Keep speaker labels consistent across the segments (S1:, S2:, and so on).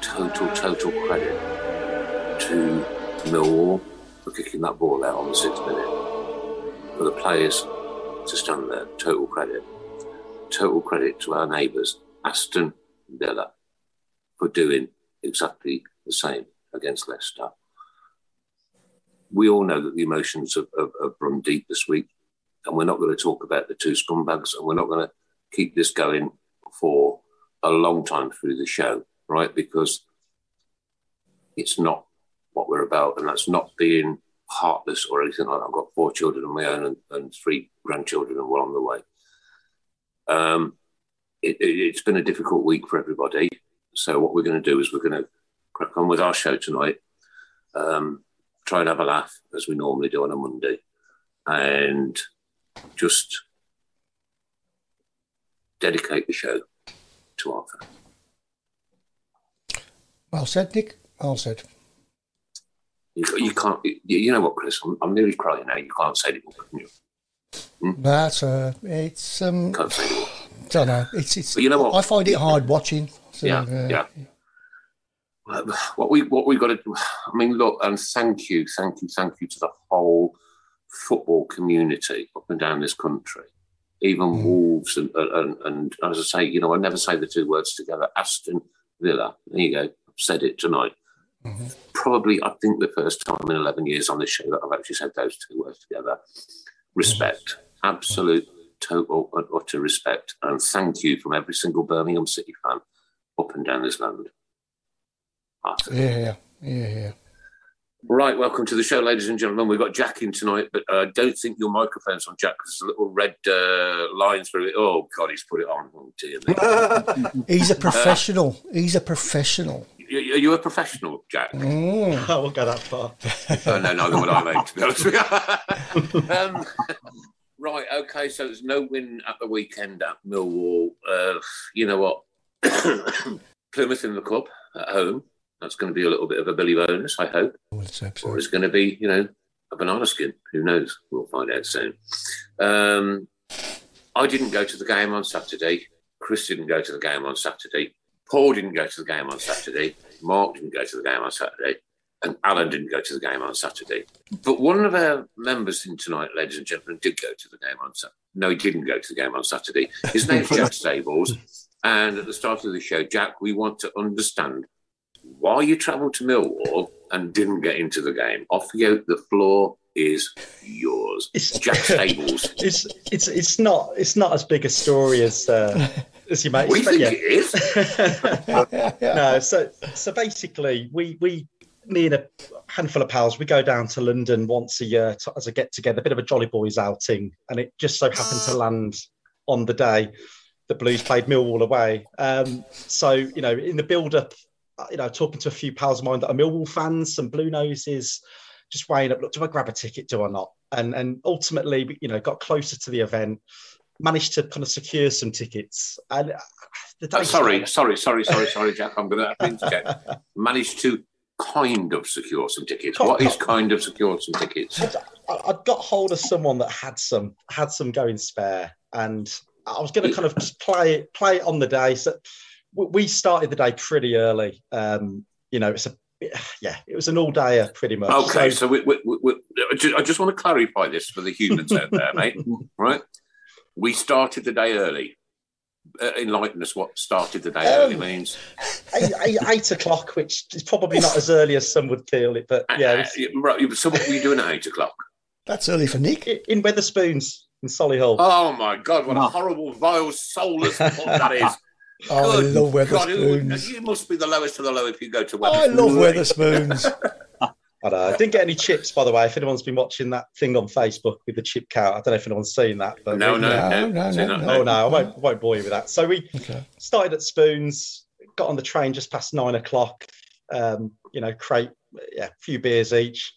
S1: total, total credit to Millwall for kicking that ball out on the sixth minute. For the players to stand there, total credit. Total credit to our neighbours, Aston Villa, for doing exactly the same against Leicester. We all know that the emotions have, have, have run deep this week, and we're not going to talk about the two scumbags, and we're not going to keep this going for a long time through the show, right? Because it's not what we're about, and that's not being heartless or anything like that. I've got four children of my own and, and three grandchildren, and one on the way. Um, it, it, has been a difficult week for everybody. So what we're going to do is we're going to crack on with our show tonight. Um, try and have a laugh as we normally do on a Monday, and just dedicate the show to our fans.
S2: Well said, Nick. Well said.
S1: You, you can't. You, you know what, Chris? I'm, I'm nearly crying now. You can't say it, all, can you? Hmm.
S2: But uh, it's um,
S1: Can't say it. all.
S2: don't know. It's it's.
S1: But you know what?
S2: I find it hard watching. So,
S1: yeah,
S2: uh,
S1: yeah. Well, What we what we got to do. I mean, look, and thank you, thank you, thank you to the whole football community up and down this country, even Wolves and, and and and as I say, you know, I never say the two words together. Aston Villa. There you go. I've said it tonight. Probably, I think the first time in eleven years on this show that I've actually said those two words together. Respect, absolute, total, and utter respect, and thank you from every single Birmingham City fan up and down this land. Heartily.
S2: yeah, yeah, yeah.
S1: Right, welcome to the show, ladies and gentlemen. We've got Jack in tonight, but I don't think your microphone's on, Jack, because there's a little red uh, line through it. Oh, God, he's put it on. Oh, dear me.
S2: He's a professional. He's a professional. Mm.
S1: You- you- Are you a professional, Jack? No,
S3: I won't go that far.
S1: oh, no, neither would I, mate, to be honest with you. um, right, okay, so there's no win at the weekend at Millwall. Uh, you know what? Plymouth in the Cup at home. That's going to be a little bit of a Billy bonus, I hope.
S2: Well, it's
S1: or
S2: absolute-
S1: it's going to be, you know, a banana skin. Who knows? We'll find out soon. Um, I didn't go to the game on Saturday. Chris didn't go to the game on Saturday. Paul didn't go to the game on Saturday. Mark didn't go to the game on Saturday. And Alan didn't go to the game on Saturday. But one of our members in tonight, ladies and gentlemen, did go to the game on Saturday. No, he didn't go to the game on Saturday. His name's Jack Stables. And at the start of the show, Jack, we want to understand why you travelled to Millwall and didn't get into the game. Off you go. The floor is yours.
S3: It's-
S1: Jack Stables.
S3: It's it's it's not it's not as big a story as uh, as you might
S1: What do you
S3: expect.
S1: think
S3: yeah.
S1: it is?
S3: no, so so basically, we we me and a handful of pals, we go down to London once a year to, as a get together, a bit of a Jolly Boys outing. And it just so happened to land on the day that Blues played Millwall away. Um, so, you know, in the build up, you know, talking to a few pals of mine that are Millwall fans, some Blue Noses, just weighing up, look, do I grab a ticket? Do I not? And, and ultimately, you know, got closer to the event, managed to kind of secure some tickets. And uh, the day
S1: Oh, sorry, sorry, sorry, sorry, sorry, Jack. I'm going to have to interject. Managed to kind of secure some tickets. What is kind of secure some tickets?
S3: I- I'd got hold of someone that had some had some going spare, and I was going to kind of just play it play it on the day. So w- we started the day pretty early. Um, you know, it's a yeah, it was an all dayer pretty much.
S1: Okay, so
S3: So-
S1: we, we, we, we- I ju- I just want to clarify this for the humans out there, mate. Right? We started the day early. Uh, enlighten us what started the day early
S2: Oh,
S1: means.
S3: eight, eight, eight o'clock, which is probably not as early as some would feel it, but yeah, it
S1: Uh, you- right, so what were you doing at eight o'clock?
S2: That's early for Nick.
S3: was in Weatherspoons in Solihull.
S1: Oh my God, what a horrible, vile, soulless pub that is.
S2: Oh, I
S1: Good
S2: love
S1: God, who-
S2: Weatherspoons.
S1: you must be the lowest of the low if you go to Weatherspoons.
S2: I love Weatherspoons.
S3: I, know. I didn't get any chips, by the way. If anyone's been watching that thing on Facebook with the chip count, I don't know if anyone's seen that. But
S1: No, no,
S3: we-
S1: no.
S2: No, no,
S1: See,
S2: no,
S3: Oh no, I won't, I won't bore you with that. So we
S2: Okay.
S3: started at Spoons, got on the train just past nine o'clock. Um, you know, crate, yeah, a few beers each,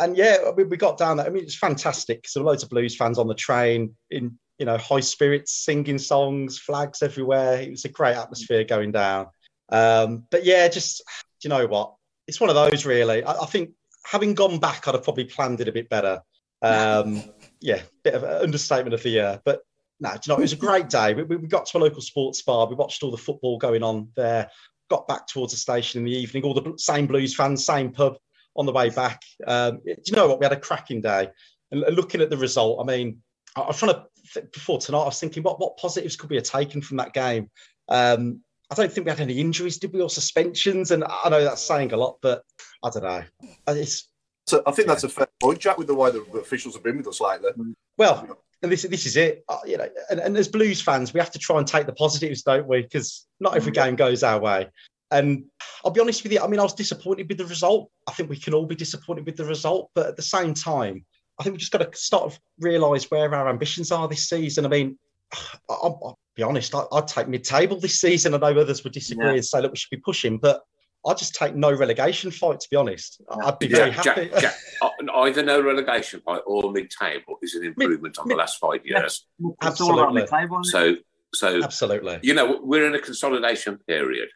S3: and yeah, I mean, we got down there. I mean, it's fantastic. So loads of blues fans on the train in you know high spirits, singing songs, flags everywhere. It was a great atmosphere going down. Um, but yeah, just do you know what? It's one of those really. I, I think having gone back, I'd have probably planned it a bit better. Um, yeah, bit of an understatement of the year, but no, do you know, it was a great day. We, we we got to a local sports bar. We watched all the football going on there. Got back towards the station in the evening. All the bl- same Blues fans, same pub on the way back. Um, do you know what? We had a cracking day. And l- looking at the result, I mean, I, I was trying to th- before tonight. I was thinking, what what positives could we have taken from that game? Um, I don't think we had any injuries, did we, or suspensions? And I I know that's saying a lot, but I don't know. Uh, It's
S4: So I think that's a fair point, Jack, with the way the officials have been with us lately.
S3: well, and this this is it. Uh, you know, and, and as Blues fans, we have to try and take the positives, don't we? Because not
S5: Mm.
S3: every game goes our way. And I'll be honest with you. I mean, I was disappointed with the result. I think we can all be disappointed with the result, but at the same time, I think we just got to start to realise where our ambitions are this season. I mean, I, I'll, I'll be honest. I, I'd take mid-table this season. I know others would disagree and say, look, we should be pushing, but I'd just take no relegation fight. To be honest, I'd be very
S1: Jack,
S3: happy.
S1: Jack, Jack, uh, either no relegation by or mid-table is an improvement on the
S3: mid-
S1: last five years.
S5: It's all about
S3: Absolutely.
S5: the table. isn't it?
S1: So, so
S3: Absolutely.
S1: you know, we're in a consolidation period,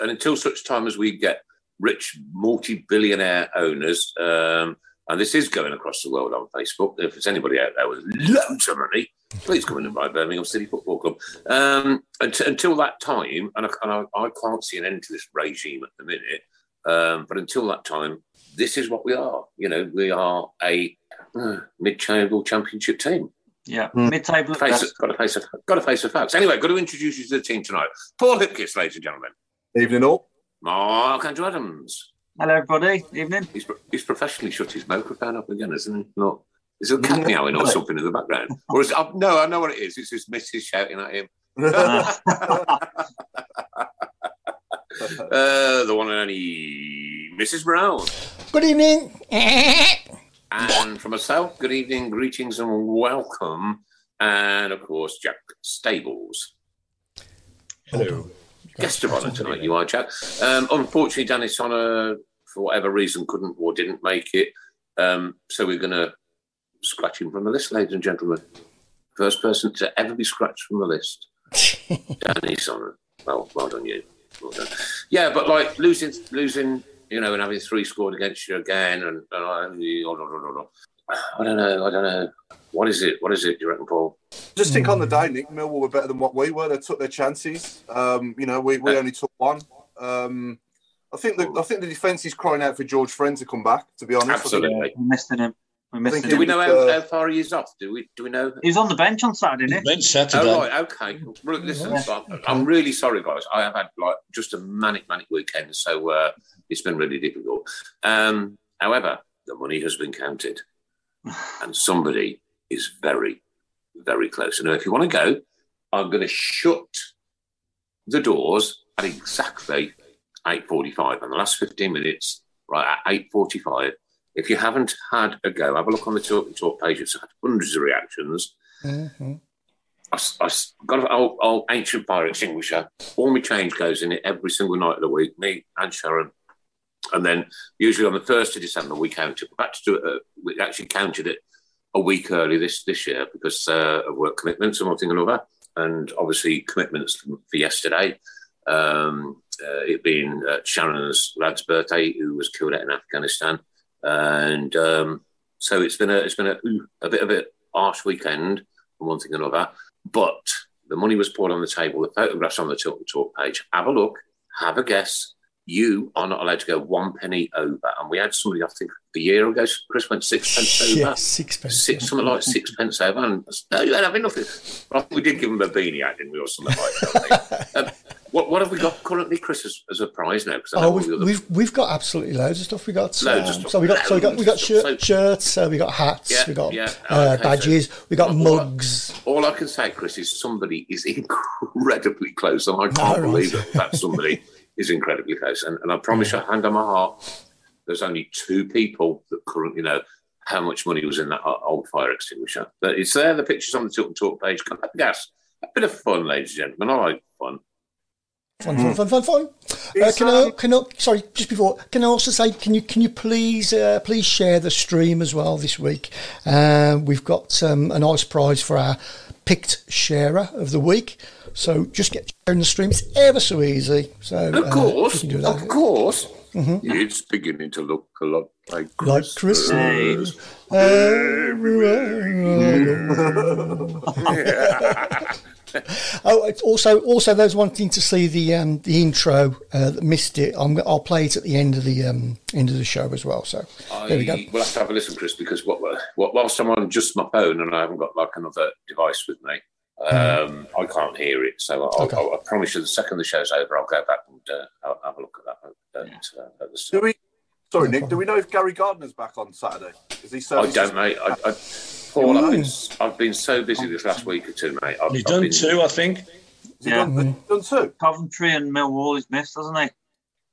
S1: and until such time as we get rich multi-billionaire owners, um, and this is going across the world on Facebook. If there's anybody out there with loads of money, please come in and buy Birmingham City Football Club. Um, unt- until that time, and, I, and I, I can't see an end to this regime at the minute. Um, but until that time, this is what we are. You know, we are a uh, mid-table championship team
S5: yeah,
S2: Hmm.
S5: mid-table. at
S1: face,
S5: best.
S1: got to face the got to face the facts. Anyway, got to introduce you to the team tonight. Paul Hipkiss, ladies and gentlemen.
S4: Evening all.
S1: Mark Andrew Adams.
S5: Hello, everybody. Evening.
S1: He's pro- he's professionally shut his microphone up again, isn't he? Not is it a cat meowing or something in the background? Or is it, oh, no? I know what it is. It's his missus shouting at him.
S6: Uh-huh.
S1: Uh, the one and only Mrs. Brown.
S2: Good evening.
S1: And from myself, good evening, greetings, and welcome. And of course, Jack Stables.
S3: Hello.
S1: guest of honour tonight, you are, Jack. Um, unfortunately, Dennis Honor, for whatever reason, couldn't or didn't make it. Um, so we're going to scratch him from the list, ladies and gentlemen. First person to ever be scratched from the list, Dennis Honor. Well, well done, you. Well done. Yeah, but like losing, losing, you know, and having three scored against you again, and, and I, oh, I don't know, I don't know. What is it? What is it? Do you reckon, Paul?
S4: Just think on the
S1: hmm.
S4: day, Nick Millwall were better than what we were. They took their chances. Um, you know, we, we only took one. Um, I think the I think the defence is crying out for George Friend to come back. To be honest, I think-
S1: Absolutely.
S5: We missed him. We missed
S4: Thank
S5: him.
S1: Do we know how,
S4: Uh,
S1: how far he is off? Do we? Do we know?
S5: He was on the bench on Saturday, didn't he?
S6: Went Saturday.
S1: Oh, right, okay. Well, listen, I'm, I'm really sorry, guys. I have had like just a manic, manic weekend, so uh, it's been really difficult. Um, however, the money has been counted, and somebody is very, very close. Now, if you want to go, I'm going to shut the doors at exactly 8:45, and the last 15 minutes right at eight forty-five. If you haven't had a go, have a look on the talk and talk page. It's had hundreds of reactions.
S2: hmm
S1: I, s- I s- got an old, old ancient fire extinguisher. All my change goes in it every single night of the week, me and Sharon. And then usually on the 1st of December, we count it. We've had to do it, uh, we actually counted it a week early this, this year because uh, of work commitments and one thing and another. And obviously, commitments for yesterday. Um, uh, it being uh, Sharon's lad's birthday, who was killed out in Afghanistan. And um, so it's been a it's been a, ooh, a bit of a harsh weekend, and one thing and another but the money was poured on the table, the photographs on the Tilt and Talk page. Have a look, have a guess. You are not allowed to go one penny over. And we had somebody, I think, a year ago, Chris went six pence over.
S2: Yeah, sixpence.
S1: Six, something like sixpence over, and I said, no, you ain't having nothing. Well, we did give him a beanie out, didn't we, or something like that? I think. um, what, what have we got currently, Chris, as, as a prize now? 'Cause I know
S2: Oh,
S1: all
S2: we've,
S1: the other-
S2: we've we've got absolutely loads of stuff. We got
S1: Loads of
S2: um,
S1: stuff.
S2: so we got so we got we got
S1: Loads of
S2: shirt,
S1: stuff. So-
S2: shirts. Uh, we got hats.
S1: Yeah,
S2: we got
S1: yeah.
S2: uh,
S1: Okay, so-
S2: badges. we got
S1: Well, what-
S2: mugs.
S1: All I can say, Chris, is somebody is incredibly close, and I can't
S2: right.
S1: believe it. That somebody is incredibly close, and, and I promise you, hand on my heart, there's only two people that currently know how much money was in that o- old fire extinguisher. But it's there. The pictures on the Tilt and Talk page. Come have a gas. A bit of fun, ladies and gentlemen. I like fun.
S2: Fun, fun, fun, fun, fun. Uh,
S4: Is,
S2: can I,
S4: um,
S2: can I, sorry, just before, can I also say, can you, can you please, uh, please share the stream as well this week? Um, we've got um, a nice prize for our picked sharer of the week. So just get sharing the stream. It's ever so easy. So
S1: Of
S2: uh, you
S1: course,
S2: can do that. Mm-hmm.
S1: of course. It's beginning to look a lot like Chris.
S2: Like Christmas. everywhere. oh, it's also, also those wanting to see the um, the intro uh, that missed it, I'm, go- I'll play it at the end of the um, end of the show as well. So there we go.
S1: I will have to have a listen, Chris, because what, what whilst I'm on just my phone and I haven't got like another device with me, um, I can't hear it. So I'll,
S2: Mm-hmm. Okay.
S1: I'll, I promise you, the second the show's over, I'll go back and uh, I'll have a look at that. At, uh, at the
S4: Do
S1: start.
S4: we? Sorry, Nick. Do we know if Gary Gardner's back on Saturday? Is he?
S1: I
S4: serving-
S1: don't, mate. I, I, Paul, I've been, I've been so busy this last week or two, mate. I've,
S6: He's
S1: I've
S6: done
S1: been-
S6: two, I think.
S4: Has he done, has he done two.
S5: Coventry and Millwall he's missed, hasn't he?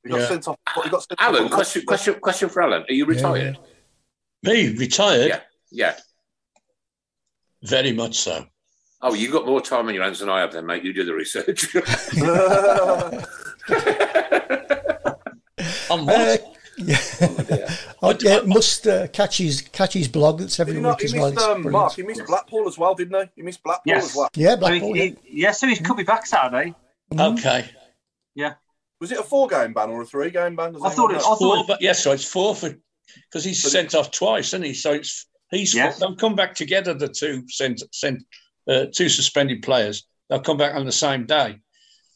S4: He got
S6: Yeah.
S4: sent off. He got sent
S1: Alan,
S4: off-
S1: question, question, question for Alan. Are you retired?
S6: Me, retired,
S1: Yeah. yeah.
S6: very much so.
S1: Oh, you got more time on your hands than I have, then, mate. You do the research.
S6: On Oh,
S3: Uh,
S6: what?
S2: Uh, Yeah. Oh, yeah, must uh, catch his catch his blog that's
S4: Did
S2: every
S4: he
S2: week
S4: not? He
S2: as well.
S4: missed
S2: It's
S4: um,
S2: brilliant.
S4: Mark. He missed Blackpool as well, didn't he? He missed Blackpool
S5: Yes.
S4: as well.
S2: yeah,
S5: So he,
S2: Blackpool.
S5: he-
S2: Yeah.
S5: yeah, so he could be back Saturday.
S6: okay.
S4: Was it a four-game ban or a three-game ban? Does
S5: I thought
S4: anyone
S5: it was-
S4: know?
S5: I thought-
S6: Four, but yeah, so it's four for because he's sent off twice, isn't he? So it's he's
S5: Yes.
S6: they'll come back together. The two sent sent uh, two suspended players. They'll come back on the same day.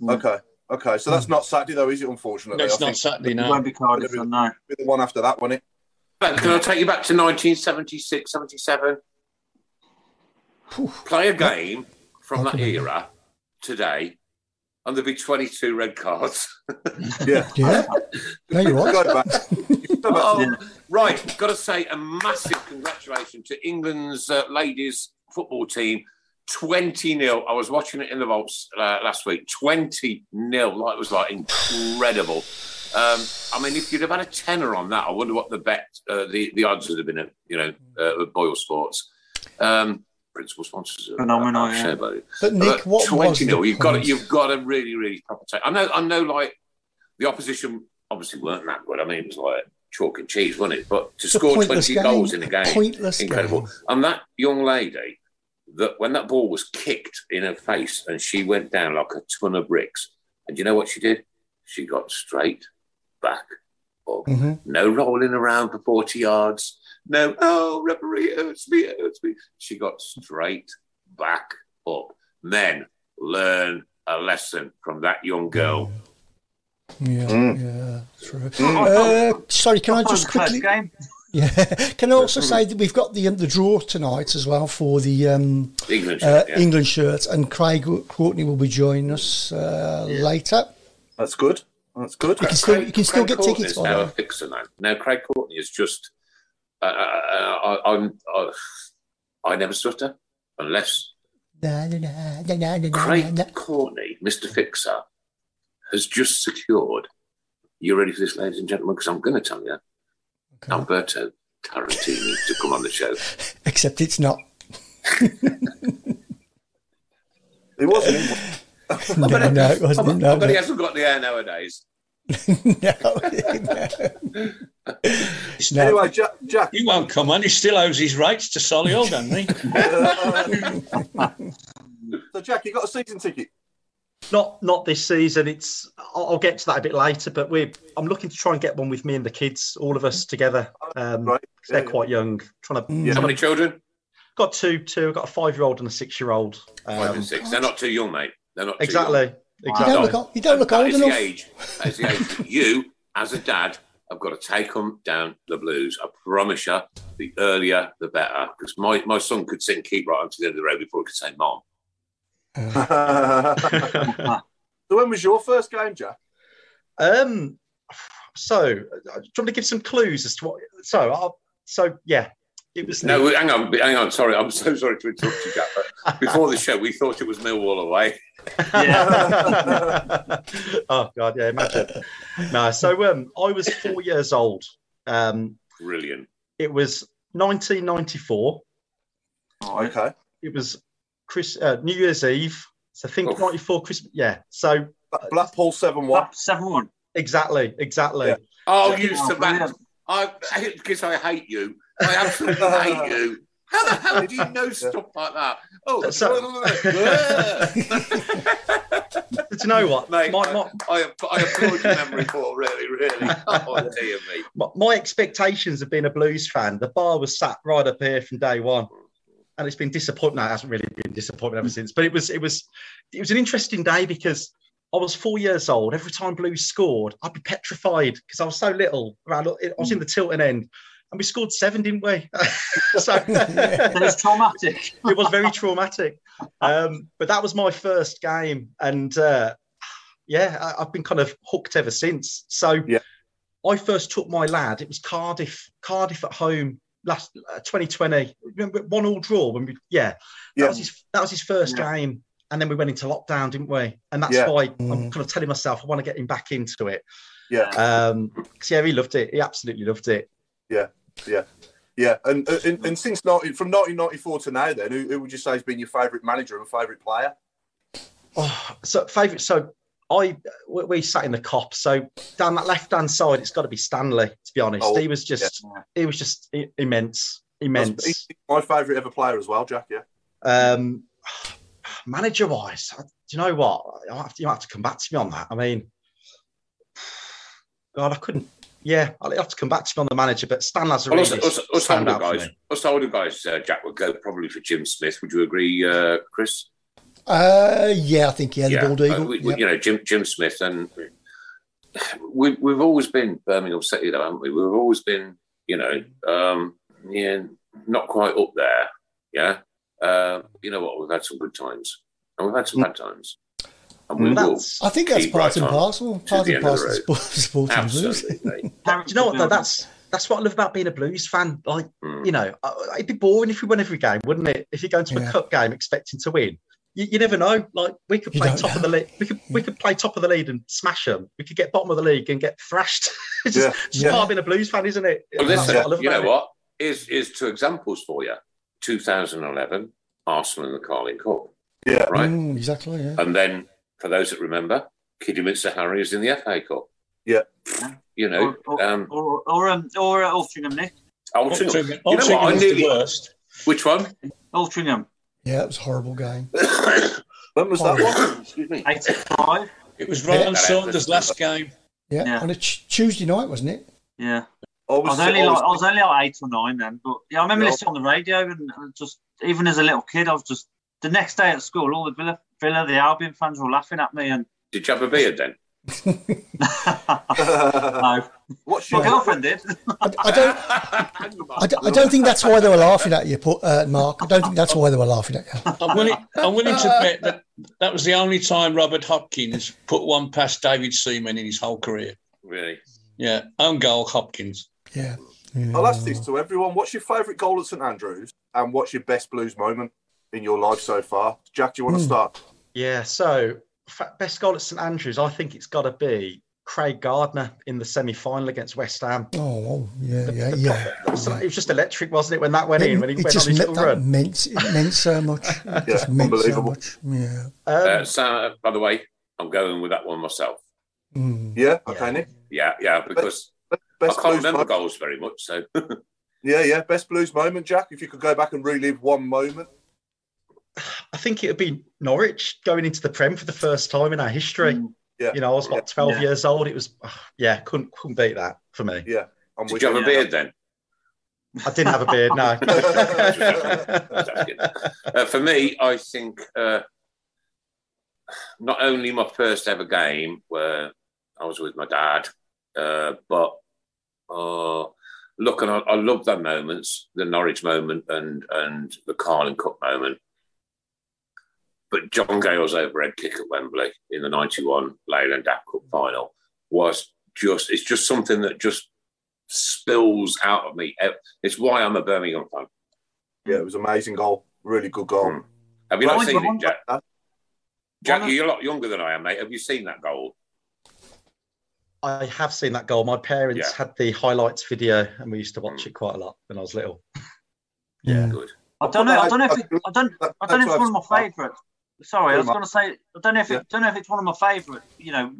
S4: Okay. Okay, so
S5: Hmm.
S4: that's not Saturday though, is it? Unfortunately,
S6: That's
S4: I
S6: not
S4: think
S6: Saturday
S5: He
S6: now.
S5: won't be Cardiff, then, no.
S4: it'll be the one after that, won't it?
S1: But can I take you back to 1976, 77? Play a game from that era today, and there'll be 22 red cards.
S4: Yeah.
S2: yeah. No, you're right.
S4: Go back.
S1: Oh, right, got to say a massive congratulations to England's uh, ladies football team. 20 0. I was watching it in the vaults uh, last week. 20 0. Like, it was like incredible. Um, I mean, if you'd have had a tenner on that, I wonder what the bet, uh, the, the odds would have been at, you know, uh, at Boyle Sports. Um, principal sponsors of
S5: Phenomenal,
S1: our
S5: yeah.
S1: show, by the way.
S2: But Nick, what was
S1: 20
S2: the
S1: nil. You've got to,
S2: point?
S1: you've got to really, really proper take. I know, I know. Like the opposition obviously weren't that good. I mean, it was like chalk and cheese, wasn't it? But to
S2: It's a
S1: score
S2: pointless
S1: twenty
S2: game.
S1: goals in a game,
S2: Pointless
S1: incredible.
S2: game.
S1: And that young lady, that when that ball was kicked in her face and she went down like a ton of bricks. And you know what she did? She got straight back up.
S2: Mhm.
S1: No rolling around for 40 yards. No, oh, referee, it hurts me, it hurts me. She got straight back up. Men learn a lesson from that young girl.
S2: Yeah, yeah, true.
S1: Oh,
S5: Mm.
S2: Uh, sorry, can I
S5: That was
S2: just
S5: the first
S2: quickly?
S5: game.
S2: Yeah, can I also say that we've got the um, the draw tonight as well for the um,
S1: England.
S2: uh,
S1: yeah.
S2: England shirts, and Craig Courtney will be joining us uh, later.
S4: That's good. That's good.
S2: You can still you can still
S1: Craig
S2: get
S1: Courtney's
S2: tickets
S1: now
S2: by
S1: a fixer now. Now Craig Courtney is just. Uh, uh, I, I'm. I, I never stutter unless Craig
S2: that.
S1: Courtney, Mr. Fixer, has just secured. You ready for this, ladies and gentlemen? Because I'm going to tell you Alberto Tarantini to come on the show.
S2: Except it's not.
S4: It wasn't. him.
S2: No, no, it wasn't.
S1: I bet- I
S2: No,
S1: bet
S2: no.
S1: he hasn't got the air nowadays.
S2: No. Mm.
S4: Anyway, Jack, Jack
S6: He won't come on. He still owes his rights to Solihull, doesn't he?
S4: uh, so Jack, you got a season ticket.
S3: Not not this season. It's I'll, I'll get to that a bit later. But we I'm looking to try and get one with me and the kids, all of us together. Um,
S4: Right,
S3: 'cause they're
S4: yeah,
S3: quite young. Trying to
S1: How many children?
S3: got two two. I've got a five year old and a six year old.
S1: Five and six. They're not too young, mate. They're not too young.
S3: Exactly.
S2: You
S3: Exactly.
S2: don't look, o- you don't look
S1: That
S2: old
S1: is
S2: enough.
S1: the age. That is the age. that you, as a dad, have got to take them down the blues. I promise you, the earlier the better. Because my, my son could sit and keep right up to the end of the road before he could say mom.
S4: so when was your first game, Jack?
S3: Um, so, uh, do you want me to give some clues as to what? So, I'll, so yeah, it was
S1: No, hang on, hang on. Sorry, I'm so sorry to interrupt you, Jack. But before the show, we thought it was Millwall away.
S3: oh god, yeah, imagine. no, so um, I was four years old. Um,
S1: Brilliant.
S3: it was 1994.
S5: Right.
S4: Okay,
S3: It was Chris uh, New Year's Eve. So think
S1: Oof.
S3: 94 Christmas. Yeah. So
S4: Bla- Blackpool seven one.
S5: What? 7 1.
S3: exactly, exactly.
S4: Yeah.
S1: Oh, you Sebastian. I because I hate you. I absolutely hate you. How the hell do you know stuff like that? Oh,
S3: So- Did you know what?
S1: mate,
S3: my, my,
S1: I, I applaud your memory for really, really. Oh dear me.
S3: my, my expectations of being a blues fan, the bar was sat right up here from day one. And it's been disappointing. No, it hasn't really been disappointing ever since. But it was it was it was an interesting day because I was four years old. Every time Blues scored, I'd be petrified because I was so little. Around, I was in the Tilton end, and we scored seven, didn't we? so
S5: That is traumatic.
S3: it was very traumatic. Um, but that was my first game, and uh, yeah, I, I've been kind of hooked ever since. So
S4: Yeah.
S3: I first took my lad. It was Cardiff, Cardiff at home last uh, 2020. Remember one all draw when we yeah, that
S4: Yeah.
S3: was his that was his first
S5: Yeah.
S3: game. And then we went into lockdown, didn't we? And that's
S4: Yeah.
S3: why I'm
S2: Mm.
S3: kind of telling myself I want to get him back into it.
S4: Yeah,
S3: Um, 'cause yeah, he loved it. He absolutely loved it.
S4: yeah. And uh, and, and since 19, from nineteen ninety four to now, then who, who would you say has been your favourite manager and favourite player?
S3: Oh, so favorite. So I we, we sat in the cop. So down that left hand side, it's got to be Stanley. To be honest,
S4: Oh,
S3: he was just he was just i- immense,
S4: That's-
S3: immense.
S4: he's my favourite ever player as well, Jack. Yeah.
S3: Um, manager wise, do you know what? I have to, you have to come back to me on that. I mean, God, I couldn't. Yeah, I'll have to come back to me on the manager, but Stan
S1: Well,
S3: Lazaridis
S1: us, us, us
S3: stand
S1: older
S3: out for
S1: guys,
S3: me.
S1: us older guys, uh, Jack would go probably for Jim Smith. Would you agree, uh, Chris?
S2: Uh, yeah, I think yeah, the bald
S1: Uh,
S2: eagle.
S1: we- we-
S2: yeah.
S1: You know, Jim Jim Smith, and we, we've always been Birmingham City, though, haven't we? We've always been, you know, um, yeah, not quite up there. Yeah, uh, you know what? We've had some good times, and we've had
S2: Mm.
S1: some bad times, and we
S3: Mm.
S1: will.
S3: That's-
S2: I think that's
S1: Keep
S2: part
S1: right
S2: and
S1: on
S2: parcel. Part
S1: the end
S2: and
S1: of
S2: parcel
S1: the
S2: of
S1: road.
S2: sport- sporting blues.
S1: Absolutely.
S3: Do you know what? Though? That's that's what I love about being a Blues fan. Like,
S1: Mm.
S3: you know, uh, it'd be boring if we won every game, wouldn't it? If you're going to a
S2: Yeah.
S3: cup game expecting to win, you, you never know. Like we could
S2: You
S3: play
S2: don't
S3: top of the
S2: know.
S3: league. We could we could play top of the league and smash them. We could get bottom of the league and get thrashed. it's just,
S4: Yeah,
S3: just
S2: yeah.
S3: part of being a Blues fan, isn't it?
S1: Well,
S3: That's
S1: listen,
S3: what I love
S1: you know
S3: about it.
S1: what? Is is two examples for you. 2011, Arsenal and the Carling Cup.
S4: Yeah.
S1: Right.
S2: Mm, exactly. Yeah.
S1: And then, for those that remember, Kidderminster Harry is in the FA Cup.
S4: Yeah.
S1: You know,
S5: Or- or-
S1: um,
S5: Or, or, um, or uh, Altrincham, Nick.
S6: Altrincham
S1: Altrincham. You know what? I
S6: Altrincham was the
S1: nearly,
S6: worst.
S1: which one?
S5: Altrincham,
S2: yeah, it was a horrible game.
S4: When was that one?
S1: Excuse me.
S5: 85.
S6: It was Roland
S1: Yeah.
S6: Saunders' last game.
S2: Yeah,
S5: Yeah.
S2: on a t- Tuesday night, wasn't it?
S5: Yeah.
S4: I
S5: I was only like I was only like eight or nine then, but yeah, I remember listening on the radio and I just even as a little kid, I was just the next day at school, all the Villa, Villa, the Albion fans were laughing at me, and
S1: Did you have a beard then?
S5: no,
S4: What's
S5: my
S4: your
S5: girlfriend did.
S2: I, I don't. I don't, I don't think that's why they were laughing at you, Paul- uh, Mark. I don't think that's why they were laughing at you.
S6: I'm willing, I'm willing to bet that that was the only time Robert Hopkins put one past David Seaman in his whole career.
S1: Really?
S6: Yeah, own goal Hopkins.
S2: Yeah.
S4: I'll ask this to everyone. What's your favourite goal at St Andrews? And what's your best blues moment in your life so far?
S1: Hmm.
S4: Jack, do you want to start?
S3: Yeah. So fa- best goal at St Andrews, I think it's got to be Craig Gardner in the semi final against West Ham.
S2: Oh, yeah, yeah, yeah.
S3: So It was just electric, wasn't it, when that went in? When he went on
S2: just
S3: his
S2: meant,
S3: little
S2: that
S3: run.
S2: meant it meant so much. It just meant so
S4: unbelievable.
S2: much. Yeah.
S3: Um,
S1: Uh, so, by the way, I'm going with that one myself.
S2: Mm.
S4: Yeah, okay, Nick.
S1: Yeah, yeah, because
S4: Best
S1: I can't
S4: blues
S1: remember
S4: moment.
S1: goals very much. So
S4: Yeah, yeah. Best blues moment, Jack. If you could go back and relive one moment.
S3: I think it would be Norwich going into the Prem for the first time in our history.
S5: Mm.
S4: Yeah.
S3: You know, I was about 12
S5: Yeah.
S3: years old. It was, ah, yeah, couldn't couldn't beat that for me.
S4: Yeah. I'm
S1: did
S4: with
S1: you have
S4: you.
S1: a beard then?
S3: I didn't have a beard,
S1: That's
S3: no.
S1: good. Uh, for me, I think uh, not only my first ever game where I was with my dad, uh, but uh, look, and I, I love that moments, the Norwich moment and and the Carling Cup moment. But John Gale's overhead kick at Wembley in the '91 Leyland Dap Cup final was just—it's just something that just spills out of me. Eh, It's why I'm a Birmingham fan.
S4: Yeah, it was an amazing goal. Really good goal.
S1: Mm. Have you
S5: Well,
S1: not
S5: I
S1: seen
S5: don't-
S1: it, Jack?
S4: Huh?
S1: Jack,
S5: Why not?
S1: you're a lot younger than I am, mate. Have you seen that goal?
S3: I have seen that goal. My parents
S1: Yeah. Mm.
S3: had the highlights video, and we used to watch it quite a lot when I was little.
S2: Yeah.
S1: Good.
S5: I don't know. I don't know if it, I don't.
S4: That-
S5: I don't know if
S4: that's
S5: it's one of
S4: what
S5: my
S4: I've-
S5: favourites. Sorry, I was
S4: Pretty
S5: going to say I don't know if it,
S4: Yeah.
S5: don't know if it's one of my favourite. You know,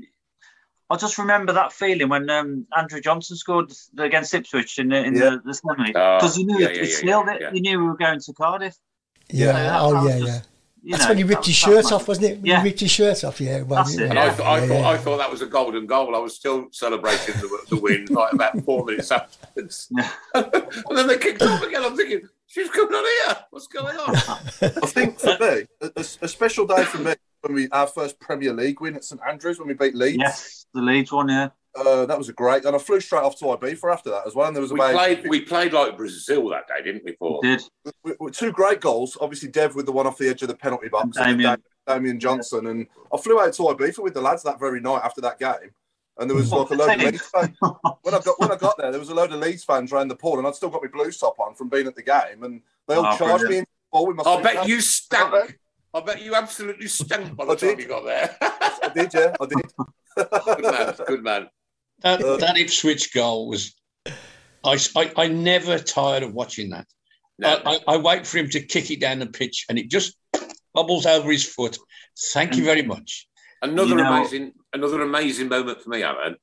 S5: I just remember that feeling when um, Andrew Johnson scored against Ipswich in the in
S4: Yeah.
S5: the, the semi
S1: Oh,
S5: because you knew
S1: yeah,
S5: he,
S1: yeah,
S5: he
S1: yeah,
S5: sealed
S1: yeah,
S5: it.
S1: yeah.
S5: You knew we were going to Cardiff.
S2: Yeah.
S5: So that- that
S2: Oh,
S5: was
S2: yeah,
S5: just-
S2: yeah.
S5: You
S2: That's
S5: know,
S2: when he ripped
S5: that-
S2: his
S5: that
S2: shirt
S5: was-
S2: off, wasn't it? When
S5: Yeah.
S2: He ripped his shirt off, yeah. well,
S5: That's it,
S1: And
S5: Yeah,
S1: I, th- I
S2: yeah,
S1: thought I
S2: yeah.
S1: thought that was a golden goal. I was still celebrating the, the win like about four minutes afterwards. and then they kicked off again. I'm thinking, she's coming on here. What's going on?
S4: I think for me, a, a- a special day for me when we our first Premier League win at St Andrews when we beat Leeds.
S5: Yes, the Leeds one. Yeah,
S4: Uh, that was a great, and I flew straight off to Ibiza after that as well. And there was
S1: we
S4: about
S1: played we played like Brazil that day, didn't we, Paul?
S5: did
S4: w- w- two great goals. Obviously, Dev with the one off the edge of the penalty box, and
S5: Damien.
S4: Dam- Damien Johnson. And I flew out to Ibiza with the lads that very night after that game. And there was
S5: What
S4: like a
S5: the
S4: load of
S5: same.
S4: Leeds fans. When I got when I got there, there was a load of Leeds fans around the pool, and I'd still got my blue top on from being at the game, and they all
S5: Oh,
S4: charged
S5: brilliant.
S4: me. in the ball with my
S1: I
S4: suitcase.
S1: bet you stank. I bet you absolutely stank by the
S4: I
S1: time
S4: did.
S1: you got there.
S4: I did, yeah, I did.
S1: good man, good man.
S6: That
S4: Uh,
S6: that Ipswich goal was. I, I, I never tired of watching that.
S1: No,
S6: I, I, I wait for him to kick it down the pitch, and it just bubbles over his foot. Thank you very much.
S1: Another
S5: You know-
S1: amazing, another amazing moment for me, Alan,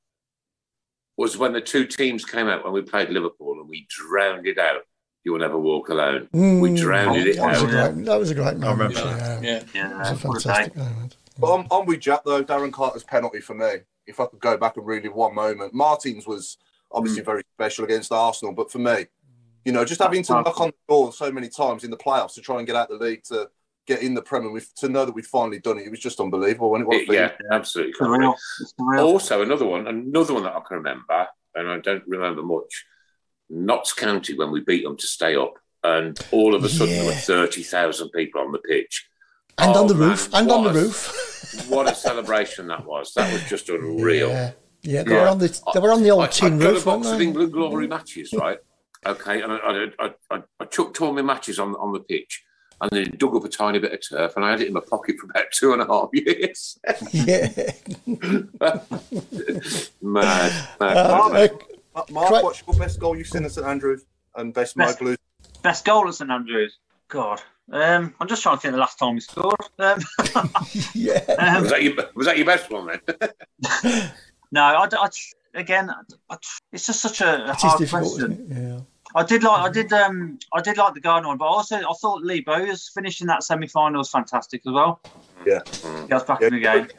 S1: was when the two teams came out when we played Liverpool and we drowned it out. You'll never walk alone. We
S2: Mm.
S1: drowned it
S2: That was, a
S1: out.
S5: Yeah.
S2: great, that was a great moment.
S3: remember
S2: yeah.
S6: Yeah.
S2: That
S5: yeah.
S2: was a
S5: What a day.
S2: fantastic moment.
S4: But I'm, I'm with Jack though. Darren Carter's penalty for me. If I could go back and relive one moment, Martins was obviously very special against Arsenal. But for me, you know, just having to knock on the door so many times in the playoffs to try and get out the league to get in the Premier, with, to know that we'd finally done it, it was just unbelievable. When it was,
S1: It- yeah, absolutely.
S5: It's the real. It's the real.
S1: Also, another one, another one that I can remember, and I don't remember much. Notts County when we beat them to stay up, and all of a sudden there were
S2: Yeah.
S1: thirty thousand people on the pitch.
S2: And
S1: Oh,
S2: on the
S1: man,
S2: roof. And on the
S1: what a-
S2: roof.
S1: What a celebration that was! That was just unreal.
S2: Yeah. Yeah, they
S1: Yeah.
S2: were on the they were on the old
S1: I,
S2: tin
S1: I got
S2: roof,
S1: a box
S2: weren't
S1: of
S2: they?
S1: England glory matches, right? Okay, and I, I, I, I, I chucked all my matches on on the pitch, and then dug up a tiny bit of turf, and I had it in my pocket for about two and a half years.
S2: Yeah.
S1: mad, mad.
S2: Uh,
S1: mad.
S2: uh,
S4: Ma- Mark,
S2: Correct.
S4: what's your best goal you've seen at St Andrews and best
S5: Best-
S4: Mike Lewis?
S5: Best goal at St Andrews. God, um, I'm just trying to think the last time he scored. Um,
S2: yeah.
S5: um,
S1: was that your was that your best one then?
S5: No, I, d- I tr- again, I tr- it's just such a, a
S2: It is
S5: hard
S2: difficult,
S5: question.
S2: isn't it? Yeah.
S5: I did like, I did, um, I did like the Gardner one, but also I thought Lee Bowers finishing that semi-final was fantastic as well.
S4: Yeah.
S5: He was back in the game.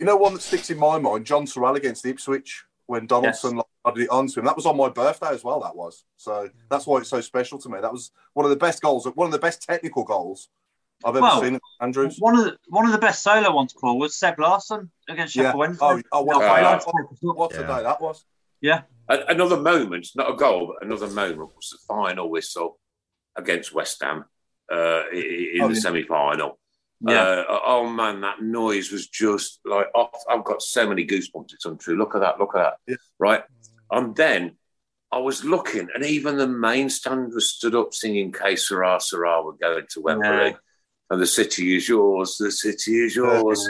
S4: You know, one that sticks in my mind, John Sorrell against the Ipswich when Donaldson lobbed it onto him. That was on my birthday as well. That was so. That's why it's so special to me. That was one of the best goals. One of the best technical goals I've ever
S5: Well,
S4: seen. At Andrews.
S5: One of the one of the best solo ones, Paul, was Seb Larson against Sheffield Wednesday.
S4: Oh, oh, what, a
S5: Yeah,
S4: day
S1: uh,
S4: that,
S5: highlights.
S4: was. what a
S3: Yeah.
S4: day that was.
S5: yeah,
S1: A- another moment, not a goal, but another moment was the final whistle against West Ham uh, i- i- in
S4: Oh,
S1: the
S4: yeah.
S1: semi final.
S5: yeah.
S1: Uh, oh man, that noise was just like off. I've got so many goosebumps. It's untrue. Look at that. Look at that.
S4: Yeah.
S1: Right. And then I was looking, and even the main stand was stood up singing "K Sarah Sarah." We're going to Wembley,
S5: Yeah.
S1: and the city is yours. The city is yours.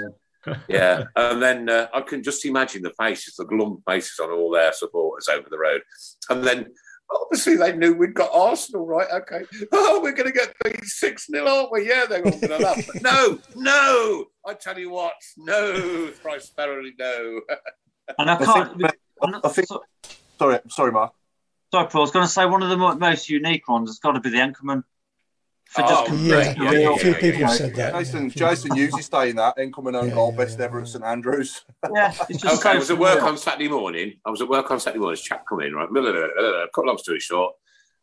S1: yeah, and then uh, I can just imagine the faces, the glum faces on all their supporters over the road, and then obviously they knew we'd got Arsenal, right? Okay, oh, we're going to get beat six 0 aren't we? Yeah, they're all going to laugh. But no, no, I tell you what, no, thrice verily, no.
S5: And I can't. I'm not-
S4: I think-
S5: so-
S4: Sorry, sorry, Mark.
S5: sorry, Paul. I was going to say one of the mo- most unique ones has got to be the Anchorman. For just
S1: Oh,
S5: complete-
S2: yeah, yeah, a few people have said that.
S4: Jason,
S2: yeah.
S4: Jason usually staying that incoming own
S2: Yeah,
S4: goal,
S2: yeah,
S4: best
S2: yeah.
S4: ever at St Andrews.
S5: yeah, it's just
S1: Okay, I
S5: so
S1: was at work
S5: surreal.
S1: on Saturday morning. I was at work on Saturday morning. This chap come in, right? Blah, blah, blah, blah, blah. Cut long story short,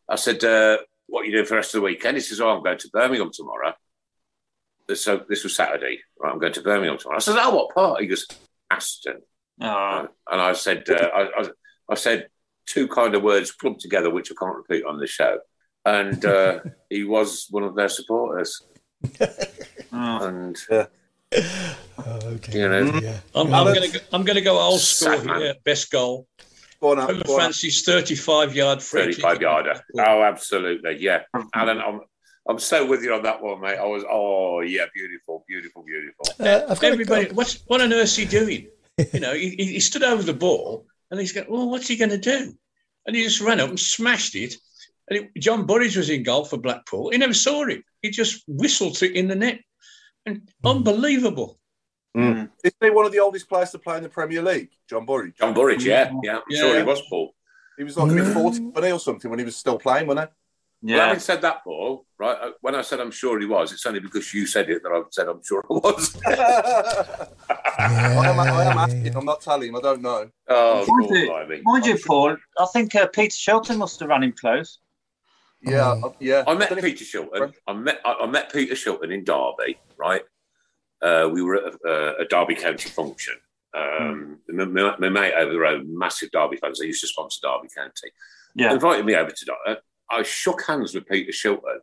S1: I said, uh, "What are you doing for the rest of the weekend?" He says, "Oh, I'm going to Birmingham tomorrow." So this was Saturday, right? I'm going to Birmingham tomorrow. I said, "Oh, what part?" He goes, "Aston."
S5: Oh,
S6: Ah.
S1: And I said, uh, I, I, I said two kind of words clubbed together, which I can't repeat on the show. And uh, he was one of their supporters,
S5: oh.
S1: and
S2: Oh, okay.
S1: you know,
S2: Yeah. Uh,
S6: I'm, I'm going to I'm going to go old school
S1: Sad man.
S6: here. Best goal.
S4: Go on, Ant,
S6: Over
S4: go on, Ant.
S6: Francis 35 yard free kick.
S1: 35 yarder. Oh, absolutely. Yeah. Alan, I'm I'm so with you on that one, mate. I was oh yeah, beautiful, beautiful, beautiful.
S2: Uh, I've got
S6: Everybody,
S2: A,
S6: what's, what on earth's he doing? You know, he, he he stood over the ball and he's going, well, what's he going to do? And he just ran up and smashed it. And it, John Burridge was in goal for Blackpool. He never saw it. He just whistled it in the net. And unbelievable.
S4: Isn't he one of the oldest players to play in the Premier League? John Burry.
S1: John Burridge, yeah, yeah. I'm sure he
S6: Yeah.
S1: was Paul.
S4: He was like mid forty or something when he was still playing, wasn't
S1: Well,
S5: yeah.
S1: having said that, Paul, right? uh, When I said I'm sure he was, it's only because you said it that I said I'm sure I was.
S4: he? I, am, I am
S2: Yeah.
S4: asking. I'm not telling him. I don't know.
S1: oh,
S5: Mind
S1: God,
S5: you-
S1: blimey.
S5: Mind you,
S1: I'm sure-
S5: Paul, I think uh, Peter Shelton must have run him close.
S4: Yeah, I- yeah.
S1: I
S4: don't
S1: met
S4: know if-
S1: Peter Shilton. I met I, I met Peter Shilton in Derby, right? Uh, we were at a, a Derby County function. Um, my, my, my mate over the road, massive Derby fans. They used to sponsor Derby County.
S5: Yeah.
S1: invited me over to that. I shook hands with Peter Shilton,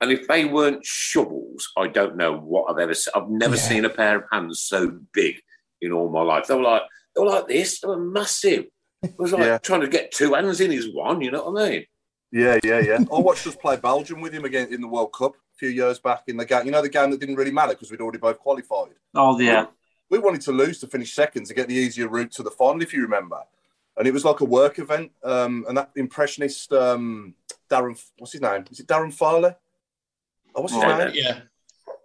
S1: and if they weren't shovels, I don't know what I've ever seen. I've never
S2: Yeah.
S1: seen a pair of hands so big in all my life. They were like they were like this. They were massive. It was like
S4: Yeah.
S1: trying to get two hands in his one. You know what I mean?
S4: Yeah, yeah, yeah. I watched us play Belgium with him again in the World Cup a few years back in the game. You know, the game that didn't really matter because we'd already both qualified.
S5: Oh, yeah.
S4: we wanted to lose to finish second to get the easier route to the final, if you remember. And it was like a work event. Um, and that impressionist um, Darren, what's his name? Is it Darren Fowler? Oh, what's his
S1: Right,
S4: name?
S6: Yeah.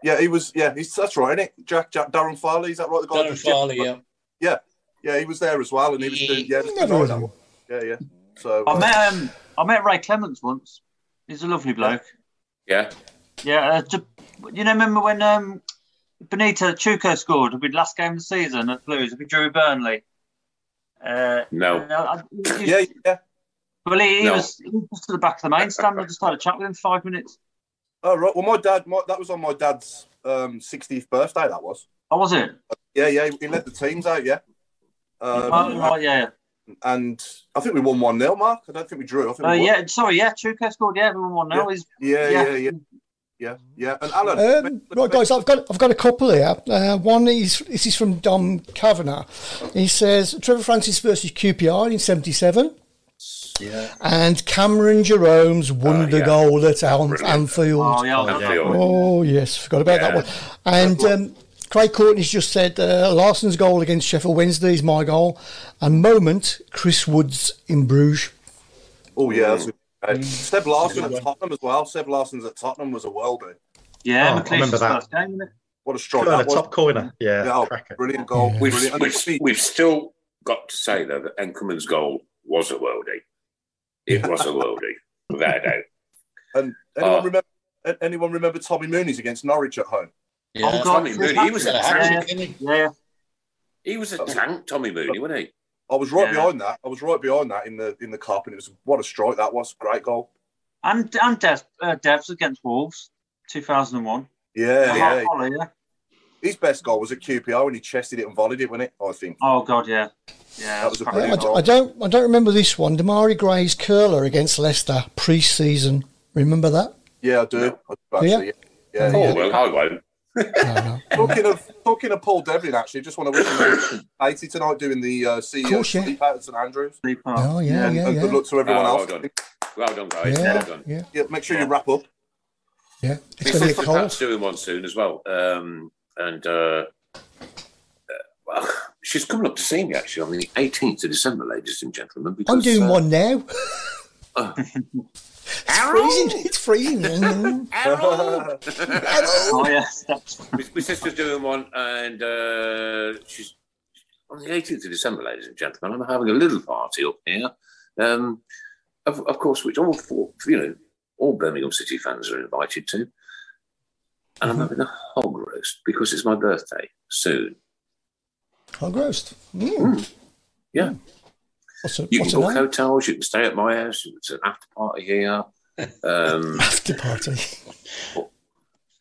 S4: Yeah, he was. Yeah, he's that's right, isn't it? Jack, Jack Darren Farley. Is that right? The guy. that
S6: Darren
S4: was gypped?
S6: Farley, yeah.
S4: Yeah, he was there as well, and he was doing. Yeah, it was
S2: never heard
S4: good night,
S2: of
S4: that
S2: him.
S4: one. yeah, yeah. So
S5: I
S4: uh,
S5: met um, I met Ray Clements once. He's a lovely bloke.
S1: Yeah.
S5: Yeah, uh, ju- you know, remember when um, Benito Chuco scored? It'd be the last game of the season at Blues. It'd be Drew Burnley. Uh,
S1: No.
S5: and I- I- he-
S4: yeah, yeah.
S5: Well, he, he
S1: No.
S5: was he was just to the back of the main stand. I just had a chat with him for five minutes.
S4: Oh right. Well, my dad. My, that was on my dad's um, 60th birthday. That was.
S5: Oh, was it?
S4: Yeah, yeah. He led the teams out. Yeah. Um,
S5: oh, right, yeah.
S4: and I think we won one 0 Mark. I don't think we drew. I think
S5: Uh,
S4: we won.
S5: yeah, sorry, yeah, Chuko scored, yeah, everyone won now. He's
S4: Yeah,
S5: Yeah.
S4: yeah, yeah, yeah, yeah. And Alan,
S2: Um, right, guys, I've got I've got a couple here. Uh, one is this is from Dom Kavanagh. He says Trevor Francis versus QPR in '77,
S6: Yeah.
S2: and Cameron Jerome's wonder
S1: yeah.
S2: goal at Elm,
S1: Brilliant.
S2: Anfield.
S5: Oh, yeah,
S1: I
S5: I
S1: feel-
S2: Oh yes, forgot about that
S1: Yeah.
S2: one. And um, Craig Courtney's just said uh, Larson's goal against Sheffield Wednesday is my goal, and moment Chris Woods in Bruges.
S4: oh yeah, that's
S5: Mm.
S4: great. Seb Larson at Tottenham as well. Seb Larson's at Tottenham was a worldie.
S5: yeah,
S3: Oh, I
S5: McLeish
S3: remember that.
S5: first game, innit?
S4: What a strike
S3: Corner,
S4: that was!
S3: top corner. Yeah,
S4: Yeah, oh,
S3: cracker.
S4: brilliant goal.
S2: Yeah.
S1: We've,
S4: Brilliant. And
S1: we've,
S4: Steve-
S1: we've still got to say though that Enkerman's goal was a worldie. It was a worldie, without a doubt.
S4: and anyone
S1: uh,
S2: Oh.
S4: remember? a- Anyone remember Tommy Mooney's against Norwich at home?
S6: yeah.
S5: Oh, God.
S1: Tommy Mooney, he was a
S6: Had a hat-trick,
S1: tank.
S6: didn't he?
S5: Yeah,
S1: He was a tank, Tommy Mooney, wasn't he?
S4: I was right
S5: Yeah.
S4: behind that. I was right behind that in the in the cup, and it was what a strike that was. Great goal.
S5: and and Debs, uh, Debs against Wolves, two thousand and one.
S2: Uh-huh.
S4: Yeah, yeah.
S5: yeah.
S4: His best goal was at QPR when he chested it and volleyed it, wasn't it? I think.
S5: Oh God, yeah, yeah.
S4: That was a
S5: cracking.
S2: I, I
S4: brilliant
S2: d- I don't I don't remember this one. Damari Gray's curler against Leicester pre-season. Remember that?
S4: Yeah, I do. I do
S2: Yeah.
S4: actually. Yeah. yeah,
S1: Oh,
S4: yeah.
S1: well, I won't.
S2: No, no.
S4: talking of talking of Paul Devlin, actually, just want to wish him a 80 tonight doing the uh, CEO
S2: Of course, yeah.
S4: sleep out at St Andrews.
S5: Deep half.
S2: Oh yeah,
S4: and,
S2: yeah,
S4: and
S2: yeah.
S4: good luck to everyone
S1: Oh,
S4: else.
S1: well done. Well done, guys. Well
S2: Yeah,
S1: done.
S2: yeah,
S4: Yeah, make sure you wrap up.
S2: yeah. It's
S1: It's
S2: going to
S1: something
S2: be a cold.
S1: Pat's doing one soon as well. Um, and uh, Well, she's coming up to see me actually on the 18th of December, ladies and gentlemen. Because,
S2: I'm doing
S1: uh,
S2: one now.
S1: oh.
S2: It's freezing. It's freezing.
S1: Errol!
S7: Oh yes, that's
S1: my, my sister's doing one, and uh, she's on the 18th of December, ladies and gentlemen. I'm having a little party up here, um, of, of course, which all four, you know, all Birmingham City fans are invited to. And
S2: Mm-hmm.
S1: I'm having a hog roast because it's my birthday soon.
S2: Hog roast. Mm.
S1: Yeah,
S2: What's a,
S1: you
S2: what's
S1: can
S2: a
S1: book
S2: name?
S1: hotels. You can stay at my house. It's an after party here. Um,
S2: After party.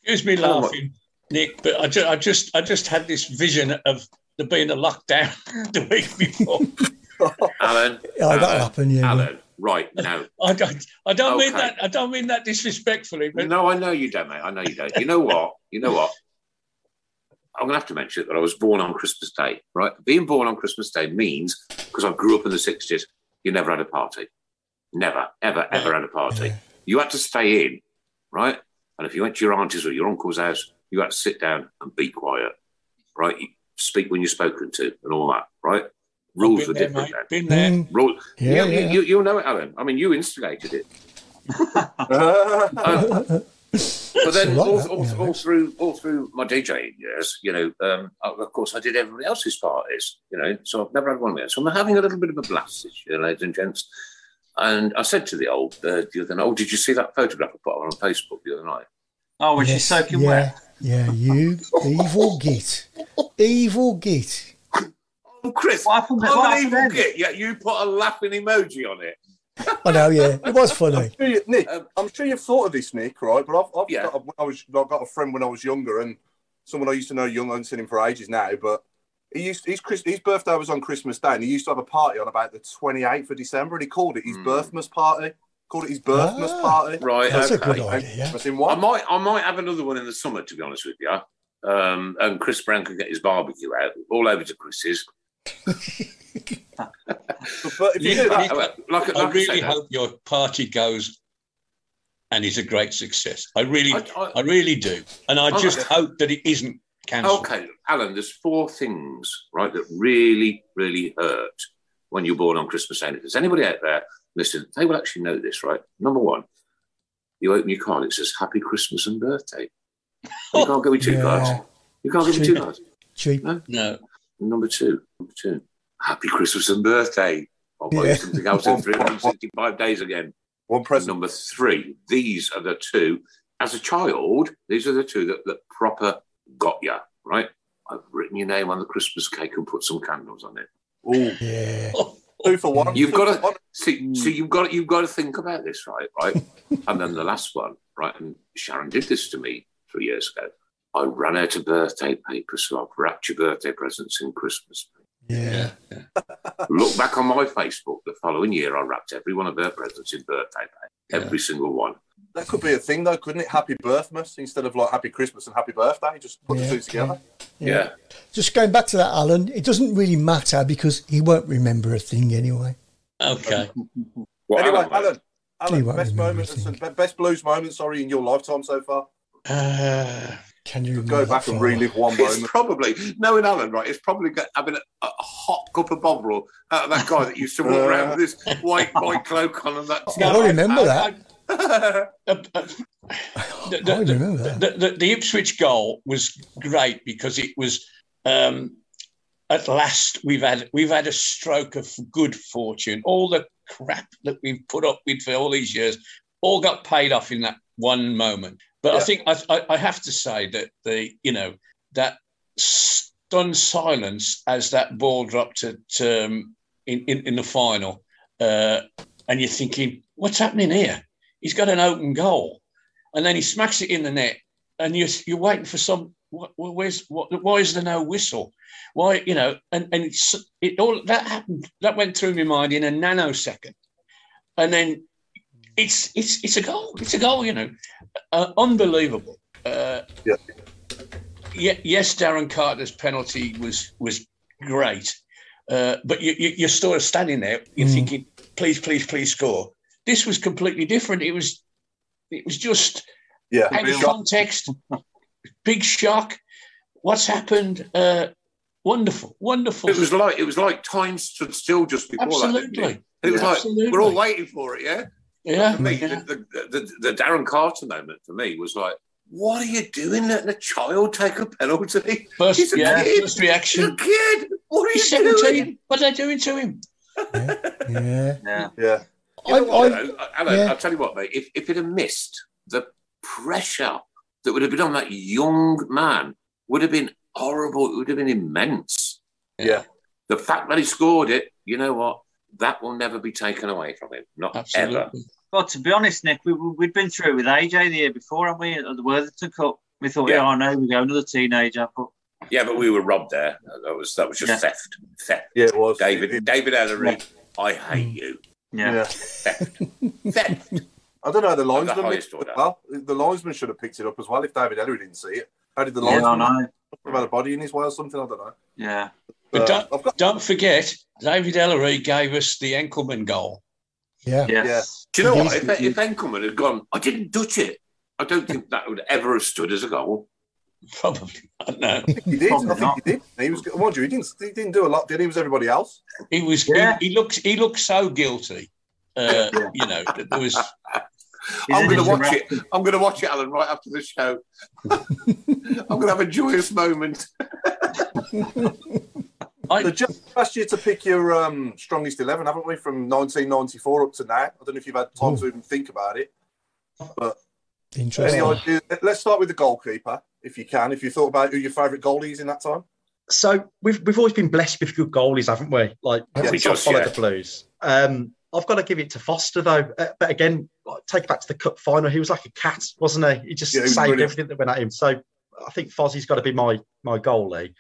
S5: Excuse me
S1: Hello.
S5: laughing, Nick, but I, ju- I just I just had this vision of there being a lockdown the week before.
S1: Alan,
S2: Yeah,
S1: Alan,
S2: that'll happen. Yeah.
S1: Alan, right now.
S5: I don't I don't mean
S1: Okay.
S5: that I don't mean that disrespectfully, but
S1: No, I know you don't, mate. I know you don't. You know what? You know what? I'm going to have to mention it that I was born on Christmas Day, right? Being born on Christmas Day means because I grew up in the 60s, you never had a party. Never, ever, ever had a party. You had to stay in, right? And if you went to your auntie's or your uncle's house, you had to sit down and be quiet, right? You speak when you're spoken to and all that, right? Rules were
S5: been there,
S1: different
S5: mate.
S1: then.
S5: Been there.
S2: Mm.
S1: Rule.
S2: Yeah,
S1: Yeah,
S2: yeah.
S1: You, you, you'll know it, Alan. I mean, you instigated it.
S5: Oh,
S1: But then
S2: It's a lot,
S1: all,
S2: that,
S1: all,
S2: yeah.
S1: all through all through my DJing years, you know, um, of of course I did everybody else's parties, you know, so I've never had one of those. So I'm having a little bit of a blast this year, ladies and gents. And I said to the old uh, the other night, oh, did you see that photograph I put on Facebook the other night?
S7: oh, which
S2: Yes,
S7: is soaking
S2: yeah,
S7: wet.
S2: Yeah, you evil git. Evil git.
S1: Oh, Chris,
S7: What happened-
S1: I'm
S7: what
S1: an
S7: happened
S1: evil
S7: then?
S1: git, yet you put a laughing emoji on it.
S2: I know, yeah. It was funny.
S4: Sure you- Nick,
S1: Um,
S4: I'm sure you've thought of this, Nick, right? But I've, I've
S1: Yeah.
S4: got, a, I was, I've got a friend when I was younger, and someone I used to know young. I haven't seen him for ages now, but he used his, Chris, his birthday was on Christmas Day, and he used to have a party on about the 28th of December, and he called it his
S1: Hmm.
S4: birthmas party. Called it his birthmas
S2: Ah.
S4: party.
S1: Right,
S2: That's a
S1: okay.
S2: good idea, yeah.
S4: Christmas in
S1: I
S4: one.
S1: might I might have another one in the summer, to be honest with you. Um, and Chris Brown can get his barbecue out all over to Chris's.
S4: But- but if you
S5: Yeah.
S4: do that,
S1: Like, Uh, like, like
S5: I
S1: I
S5: really
S1: said,
S5: hope your party goes and is a great success. I really, I,
S1: I- I-
S5: really do, and I
S1: Oh,
S5: just
S1: yeah.
S5: hope that it isn't cancelled.
S1: Okay, Alan, there's four things, right, that really, really hurt when you're born on Christmas Day. And If there's anybody out there, listen, they will actually know this, right? Number one, you open your card, it says Happy Christmas and Birthday. You can't give me two
S2: Yeah.
S1: cards. You can't give me two
S2: Cheap.
S1: cards.
S2: Cheap.
S5: No,
S1: Number two, number two, Happy Christmas and Birthday. I'll buy
S2: Yeah.
S1: you something else in 365 days again.
S4: one present.
S1: Number three, these are the two, as a child, these are the two that, that proper got you, right? I've written your name on the Christmas cake and put some candles on it.
S4: Ooh,
S2: Yeah.
S4: two for one.
S1: You've
S4: two
S1: got
S4: for
S1: to see, see, you've got you've got to think about this, right? Right, and then the last one, right? And Sharon did this to me three years ago. I ran out of birthday paper, so I've wrapped your birthday presents in Christmas.
S2: Yeah.
S1: Look back on my Facebook the following year. I wrapped every one of her presents in birthday paper, every single one.
S4: That could be a thing, though, couldn't it? Happy birthmas instead of like happy Christmas and happy birthday. Just put
S2: Yeah,
S4: the two together.
S1: Yeah,
S2: Just going back to that, Alan, it doesn't really matter because he won't remember a thing anyway.
S5: okay.
S1: Well,
S4: anyway,
S1: Alan,
S4: Alan,
S2: Tell
S4: Alan,
S2: you what,
S4: best
S2: remember, I
S4: moment,
S2: think.
S4: be- best blues moment, sorry, in your lifetime so far.
S5: Uh,
S2: Can you remember
S4: Go
S2: that
S4: back and
S2: far?
S4: relive one
S1: It's
S4: moment.
S1: probably knowing Alan, right? It's probably got, having a, a hot cup of bovril out of that guy that used to
S4: Uh.
S1: walk around with this white white cloak on and that.
S6: Oh,
S2: I don't remember that.
S5: uh,
S1: Oh,
S5: uh, the,
S2: I
S5: the-
S2: don't remember that.
S5: the, the, the Ipswich goal was great because it was um, at last we've had we've had a stroke of good fortune. All the crap that we've put up with for all these years all got paid off in that one moment. But I
S4: Yeah.
S5: think I, I, I have to say that the you know that stunned silence as that ball dropped at um, in, in in the final, uh, and you're thinking, what's happening here? He's got an open goal, and then he smacks it in the net, and you're you're waiting for some. wh- wh- Where's what, why is there no whistle? Why you know? And and it's, it all that happened. That went through my mind in a nanosecond, and then it's it's it's a goal. It's a goal. You know, uh, unbelievable. Uh,
S4: Yeah.
S5: ye- yes, Darren Carter's penalty was was great, uh, but you, you, you're sort of standing there. You're
S2: Mm.
S5: thinking, please, please, please score. This was completely different. It was it was just
S4: Yeah.
S5: out of
S4: Shot.
S5: context, big shock. What's happened? Uh,
S6: Wonderful, wonderful.
S1: It was like it was like time stood still just before that. didn't
S6: Absolutely.
S1: it? It was
S6: Absolutely.
S1: like we're all waiting for it, yeah.
S6: Yeah.
S1: For me,
S6: yeah.
S1: the, the, the, the Darren Carter moment for me was like, "What are you doing? Letting a child take a penalty?
S6: First-
S1: He's a
S6: yeah,
S1: kid.
S6: first reaction.
S1: He's a kid. What are
S6: He's
S1: you
S6: 17.
S1: doing?"
S6: What are they doing to him?
S2: Yeah.
S5: Yeah.
S4: Yeah.
S1: You know what,
S2: I- I-
S1: though? Alan,
S2: Oh, yeah.
S1: I'll tell you what, mate. If if it had missed, the pressure that would have been on that young man would have been horrible. It would have been immense.
S4: Yeah.
S1: The fact that he scored it, you know what? That will never be taken away from him. Not ever.
S6: Absolutely.
S5: Well, to be honest, Nick, we, we- we'd been through it with AJ the year before, haven't we? At the Worthington Cup. We thought,
S1: Yeah.
S5: yeah, I know, we go another teenager. But
S1: Yeah, but we were robbed there. That was that was just
S5: Yeah.
S1: theft. Theft.
S4: Yeah, it was.
S1: David
S4: It-
S1: David Ellery, I hate you.
S5: yeah.
S4: yeah.
S1: Theft.
S4: Mm.
S1: theft.
S4: I don't know. The
S1: the
S4: linesman
S1: highest
S4: mixed it
S1: order.
S4: up. The linesman should have picked it up as well if David Ellery didn't see it. How did the
S5: Yeah, I
S4: linesman
S5: know.
S4: about a body in his way or something? I don't know.
S5: Yeah.
S6: But
S4: Uh,
S6: don't,
S4: I've got-
S6: don't forget, David Ellery gave us the Enkelman goal.
S2: Yeah.
S5: Yes.
S1: Do you know what? If, if Enkelman had gone, I didn't touch it. I don't think that would ever have stood as a goal.
S6: Probably. I don't know.
S4: He did.
S5: Probably
S4: I think
S5: not.
S4: he did. He was. Mind you, he didn't. He didn't do a lot. Did he? He was everybody else.
S6: He was.
S5: Yeah.
S6: He, he looks. He looks so guilty. Uh, you know, that there was.
S5: He's
S1: I'm
S5: in
S1: going
S5: his
S1: to watch
S5: arrest-
S1: it. I'm going to watch it, Alan, right after the show. I'm going to have a joyous moment.
S6: I,
S4: The just asked you to pick your um, strongest eleven, haven't we? From 1994 up to now. I don't know if you've had time to even think about it. Any
S2: Interesting.
S4: idea? Let's start with the goalkeeper, if you can. If you thought about who your favourite goalie is in that time.
S3: so we've we've always been blessed with good goalies, haven't we? Like
S2: Yeah,
S3: we
S1: we
S3: just
S1: just,
S3: follow
S1: yeah.
S3: the Blues. Um, I've got to give it to Foster though. Uh, but again, like, take it back to the cup final. He was like a cat, wasn't he? He just
S4: Yeah, he was
S3: saved
S4: brilliant.
S3: everything that went at him. So I think Fozzie's got to be my my goalie.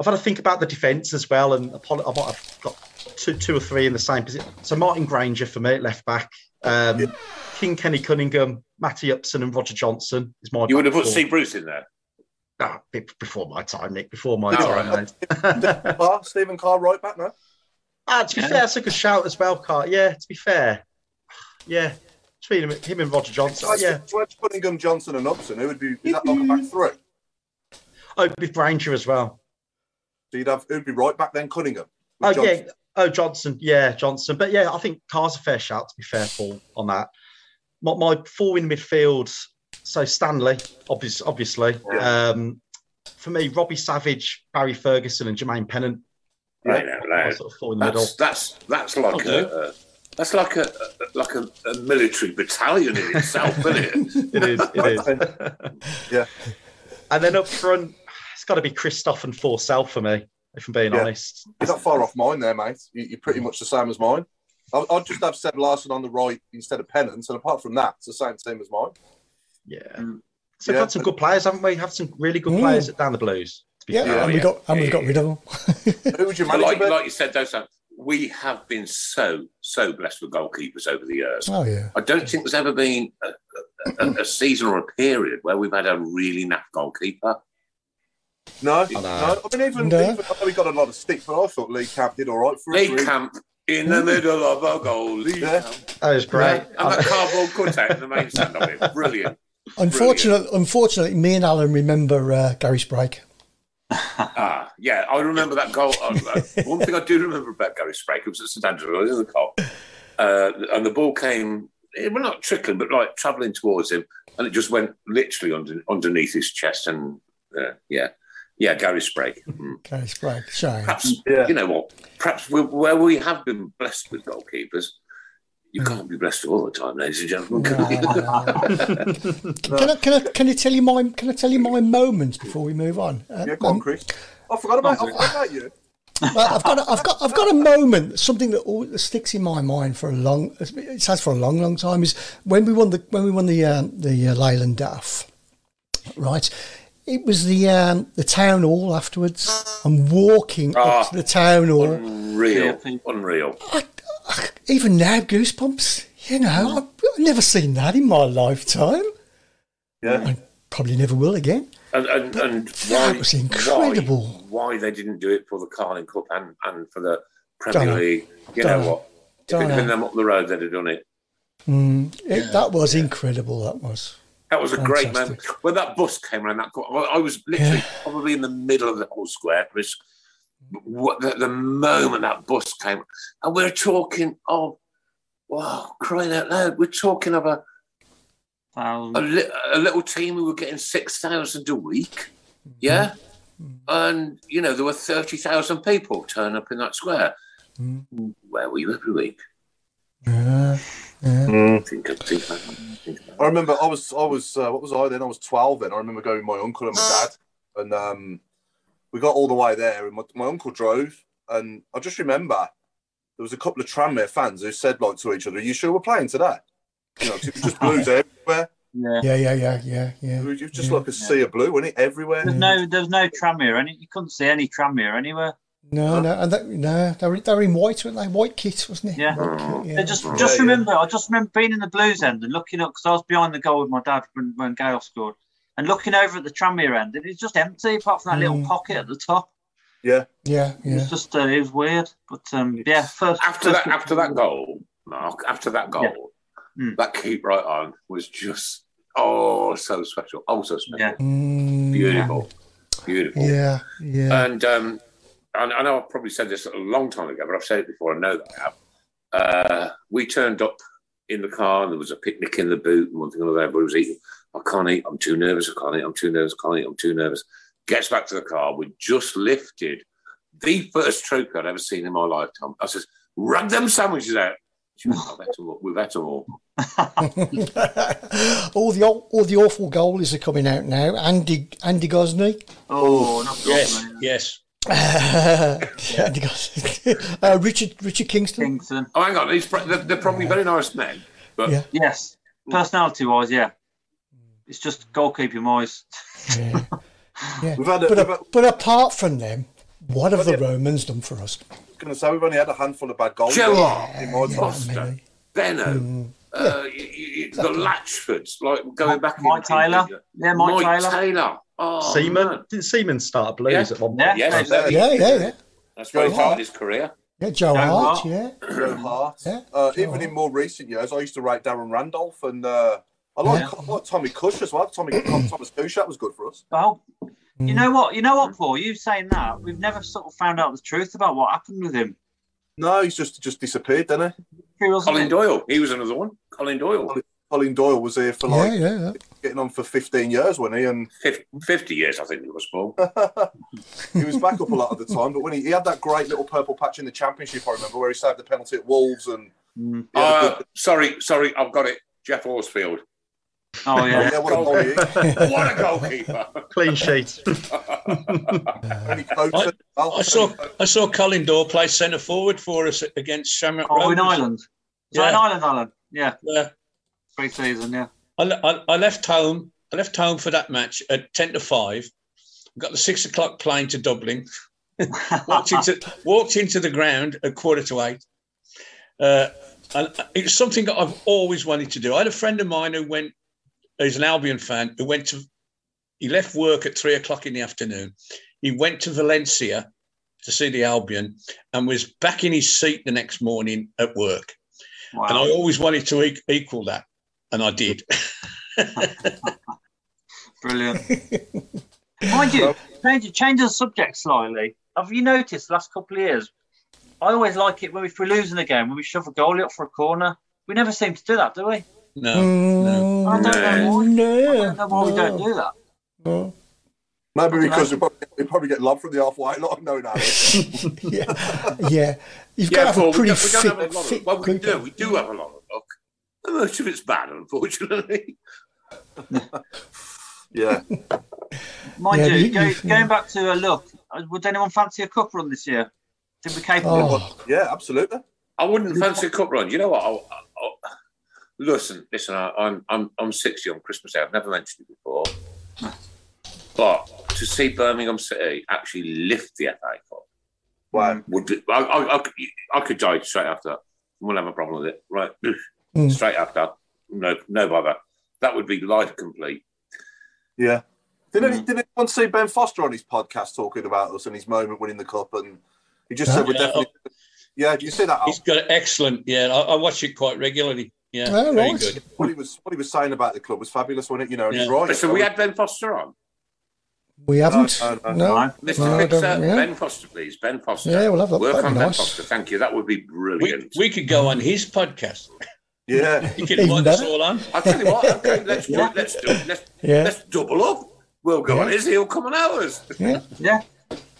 S3: I've had to think about the defence as well, and apolo- I might have got two two or three in the same position. So Martin Granger for me at left back. Um, King Kenny Cunningham, Matty Upson, and Roger Johnson is my.
S1: You would
S3: back
S1: have put
S3: four.
S1: Steve Bruce in there.
S3: Ah, be- before my time, Nick. Before my
S1: No,
S3: time. eh? mate.
S4: Carr, Ah, Stephen Carr, right back now.
S3: Ah, to be
S5: Yeah.
S3: fair, that's a good shout as well, Carter. Yeah, to be fair. Yeah. Between him, him and Roger Johnson.
S4: Like,
S3: Oh, yeah.
S4: if you had Cunningham, Johnson, and Upson, who would be is that like a back three?
S3: Oh, with Granger as well.
S4: So you'd have who'd be right back then, Cunningham. with
S3: Oh,
S4: Johnson.
S3: yeah. Oh, Johnson. Yeah, Johnson. But yeah, I think Carr's a fair shout, to be fair, Paul, on that. My, my four in midfield. So Stanley, obvious, obviously. Um, for me, Robbie Savage, Barry Ferguson, and Jermaine Pennant.
S1: Right out
S3: My
S1: loud.
S3: sort of four in the middle.
S1: That's that's that's like
S6: I'll
S1: a, a that's like a, a like a, a military battalion in itself, isn't it?
S3: it is. It is.
S4: Yeah.
S3: And then up front, it's got to be Christoph and Forsell for me, if I'm being
S4: Yeah.
S3: honest.
S4: You're not far off mine there, mate. You- You're pretty much the same as mine. I- I'd just have Seb Larson on the right instead of Pennant, and apart from that, it's the same team as mine.
S3: Yeah.
S5: Mm.
S3: So we've
S4: Yeah.
S3: had some good players, haven't we? Have some really good
S2: Mm.
S3: players down the Blues. to be
S2: Yeah,
S3: fair.
S2: and we
S1: yeah.
S2: got and we got
S1: Yeah.
S2: rid of them.
S4: Who would your
S1: But
S4: manager
S1: like
S4: be?
S1: like you said, though, Sam, we have been so so blessed with goalkeepers over the years.
S2: oh yeah,
S1: I don't think there's ever been a, a, a, a season or a period where we've had a really naff goalkeeper.
S4: no,
S3: know.
S4: no. I mean, even,
S2: No.
S4: even I know we got a lot of stick, but I thought Lee Camp did all right for us.
S1: Lee
S4: really.
S1: Camp in the middle of a goal. Lee
S4: Yeah.
S1: Camp.
S3: That was great.
S1: And that cardboard cutout in the main stand of it. Brilliant.
S2: unfortunately, unfortunately, me and Alan remember uh, Gary Sprake.
S1: Ah, yeah, I remember that goal. Oh, uh, one thing I do remember about Gary Sprake, it was at St Andrews, I was in the cop, uh, and the ball came, it, well, not trickling, but like travelling towards him, and it just went literally under, underneath his chest. And uh, yeah, yeah, Gary Sprake. Mm.
S2: Gary Sprake, shame.
S1: Perhaps,
S4: Yeah.
S1: you know what, perhaps we where we have been blessed with goalkeepers, you can't be blessed all the time, ladies and gentlemen.
S2: No,
S1: Can you?
S2: no. Can I, can I can I tell you my can I tell you my moment before we move on? Uh,
S4: Yeah, go on,
S2: um,
S4: Chris. I forgot about, I forgot about you.
S2: Well, I've got, a, I've got, I've got a moment. Something that always sticks in my mind for a long, it has for a long, long time is when we won the when we won the um, the uh, Leyland Duff, right? It was the um, the town hall afterwards. I'm walking
S1: Ah.
S2: up to the town hall.
S1: Unreal, unreal.
S2: I, I- even now, goosebumps. You know, I've, I've never seen that in my lifetime.
S4: Yeah.
S2: I probably never will again.
S1: And, and, and
S2: That
S1: why,
S2: was incredible.
S1: Why, why they didn't do it for the Carling Cup and, and for the Premier
S2: Dunno.
S1: League? You
S2: Dunno.
S1: know what? If it had
S2: Dunno. Mm,
S1: been them up the road, they'd have done it.
S2: It, that was incredible. That was.
S1: That was a great
S2: Fantastic.
S1: moment. When that bus came around that corner, I I was literally probably in the middle of the whole square. It was what the, the moment that bus came, and we're talking of wow, crying out loud. We're talking of a a,
S5: Um,
S1: li- a little team who were getting six thousand a week,
S2: Mm-hmm.
S1: yeah, and you know there were thirty thousand people turn up in that square.
S2: Mm-hmm.
S1: Where were you every week?
S2: Yeah. Mm.
S1: Think, of- think about that. Think about
S4: I remember I was I was uh, what was I then? I was twelve then. I remember going with my uncle and my dad, and um, we got all the way there, and my, my uncle drove, and I just remember there was a couple of Tranmere fans who said like to each other, "Are you sure we're playing today?" You know, 'cause it was just blues everywhere.
S5: yeah.
S2: Yeah, yeah, yeah, yeah, yeah.
S4: It was just like a sea of blue, wasn't it? Everywhere.
S5: There's no, there's no trammer, and you couldn't see any trammer anywhere.
S2: No, no, and that, no, they were, they were in white, weren't they? White kit, wasn't it?
S5: Yeah.
S2: White kit, yeah.
S5: I just, just
S4: yeah.
S5: remember, I just remember being in the Blues end and looking up because I was behind the goal with my dad when, when Gail scored, and looking over at the Tranmere end, and it was just empty apart from that little pocket at the top.
S4: Yeah.
S2: yeah,
S5: It
S2: yeah.
S5: was just, uh, it was weird, but um, yeah. First,
S1: after
S5: first-
S1: that after that goal, Mark, after that goal,
S5: Yeah. Mm.
S1: that keep right on was just oh so special. Oh so special.
S5: Yeah.
S2: Mm,
S1: Beautiful. Beautiful.
S2: Yeah, yeah.
S1: And um and I know I've probably said this a long time ago, but I've said it before, I know that I have. Uh, we turned up in the car and there was a picnic in the boot and one thing or another, everybody was eating. I can't eat, I'm too nervous, I can't eat, I'm too nervous, I can't eat, I'm too nervous. Gets back to the car, we just lifted the first trophy I'd ever seen in my lifetime. I says, rub them sandwiches out. She went, I've had them all. We've had them all.
S2: all the aw- all the awful goalies are coming out now. Andy Andy Gosney,
S5: oh, not
S6: Yes,
S5: Dortmund,
S6: yes.
S2: Andy Gosney. uh, Richard Richard Kingston.
S5: Kingston.
S1: Oh, hang on, these, pro- they're, they're probably very nice men. But
S2: Yeah.
S5: Yes, personality wise, yeah. It's just goalkeeping wise.
S2: Yeah. yeah.
S4: We've had a-
S2: but,
S4: we've had-
S2: but apart from them, what have the Romans done for us?
S4: I was gonna say we've only had a handful of bad goals.
S1: Gerrard,
S4: in my time.
S1: Foster, Benno,
S2: Hmm.
S1: uh, you- you- you- the Latchfords, like going back in-
S5: Mike Taylor.
S1: in-
S5: Yeah, Mike Taylor.
S1: Oh,
S3: Seaman
S1: man.
S3: didn't Seaman start at Blues
S1: Yeah.
S3: at one
S5: Yeah,
S3: point?
S1: Yes,
S4: Yeah.
S1: that's-
S2: Yeah, Oh, yeah, yeah.
S1: that's where he
S4: Yeah.
S1: started his career.
S2: Yeah, Joe
S5: Joe
S2: Hart,
S5: Hart.
S2: yeah.
S4: Joe Hart.
S2: Yeah,
S4: uh,
S2: Joe
S4: even
S2: Hart.
S4: in more recent years, I used to write Darren Randolph and uh, I like, I like Tommy Cush as well. Tommy Thomas Cushak was good for us.
S5: Well, you know what? You know what, Paul? You saying that we've never sort of found out the truth about what happened with him.
S4: No, he's just just disappeared, didn't he?
S5: He was
S1: Colin Doyle, he was another one. Colin Doyle,
S4: Colin Doyle was here for
S2: Yeah,
S4: like
S2: yeah, yeah.
S4: getting on for 15 years, wasn't he? And
S1: Fif- 50 years, I think it was, Paul.
S4: he was back up a lot of the time. But when he, he had that great little purple patch in the championship, I remember where he saved the penalty at Wolves and he had a
S1: Uh,
S4: good-
S1: sorry, sorry, I've got it. Jeff Horsfield.
S5: Oh yeah.
S4: yeah, what a goal he is.
S1: What a goalkeeper!
S3: Clean sheet.
S4: And he coached
S6: I-
S4: it. Oh,
S6: I saw I saw Colin Dore play centre forward for us against Shamrock
S5: Oh, in
S6: Rovers.
S5: Ireland. Yeah. in
S6: Yeah.
S5: Ireland, Ireland. Yeah,
S6: Yeah.
S5: pre-season. Yeah.
S6: I, le- I, I left home. I left home for that match at ten to five. Got the six o'clock plane to Dublin.
S5: Ah.
S6: walked into walked into the ground at quarter to eight. Uh, and it was something that I've always wanted to do. I had a friend of mine who went. He's an Albion fan who went to. He left work at three o'clock in the afternoon. He went to Valencia to see the Albion and was back in his seat the next morning at work.
S5: Wow.
S6: And I always wanted to e- equal that, and I did.
S5: Brilliant. Mind you, change, change the subject slightly. Have you noticed the last couple of years? I always like it when we- if we're losing a game, when we shove a goalie up for a corner. We never seem to do that, do we?
S6: No, no.
S2: Mm,
S5: I don't know why. I
S2: no, Oh,
S5: don't know why we don't do that.
S2: no.
S4: Maybe because we probably, we probably get love from the halfway line. No, no.
S2: oh. Yeah, yeah. You've got
S1: Yeah,
S2: to have
S1: Paul,
S2: a
S1: we
S2: pretty
S1: don't, we
S2: fit,
S1: don't have a lot
S2: fit
S1: of well, we
S2: group.
S1: do, we do have a lot of luck. Most of it's bad, unfortunately.
S4: Yeah.
S5: Mind
S2: Yeah,
S5: you,
S2: you-
S5: go,
S2: you-
S5: going back to a look, uh, would anyone fancy a cup run this year? Did we capable?
S2: Oh,
S4: Yeah, absolutely.
S1: I wouldn't fancy a cup run. You know what? I'll, I'll, listen, listen. I, I'm I'm I'm 60 on Christmas Day. I've never mentioned it before, but to see Birmingham City actually lift the FA Cup
S4: Wow.
S1: would be, I, I, I, could- I could die straight after. that. We'll have a problem with it, right?
S2: Mm.
S1: Straight after, no, no bother. That would be life complete.
S4: Yeah. Did,
S2: Mm.
S4: any, did anyone see Ben Foster on his podcast talking about us and his moment winning the cup? And he just said, we're
S6: Yeah.
S4: definitely. Yeah, do you see that? Al?
S6: He's got excellent. Yeah, I, I watch it quite regularly.
S8: Yeah,
S2: Oh,
S8: very
S2: right.
S8: good.
S4: What he was what he was saying about the club was fabulous, wasn't it? You know, and he's
S2: Oh,
S8: Yeah.
S4: right.
S1: So we had Ben Foster on.
S2: We haven't.
S4: no, no,
S2: no.
S1: Mr.
S2: No, I
S1: Fixer,
S2: don't- yeah.
S1: Ben Foster, please. Ben Foster.
S2: Yeah, we'll have that.
S1: Work
S2: That'd
S1: on
S2: be
S1: Ben
S2: nice.
S1: Foster. Thank you. That would be
S8: We,
S1: brilliant.
S8: we could go on his podcast.
S4: yeah.
S8: He could
S2: Even
S8: invite us
S2: better.
S8: all on.
S1: I'll tell you what. Okay, let's do, let's do, let's,
S2: Yeah.
S1: let's double up. We'll go on
S2: Yeah.
S1: his. He'll come on ours.
S2: Yeah.
S5: Yeah.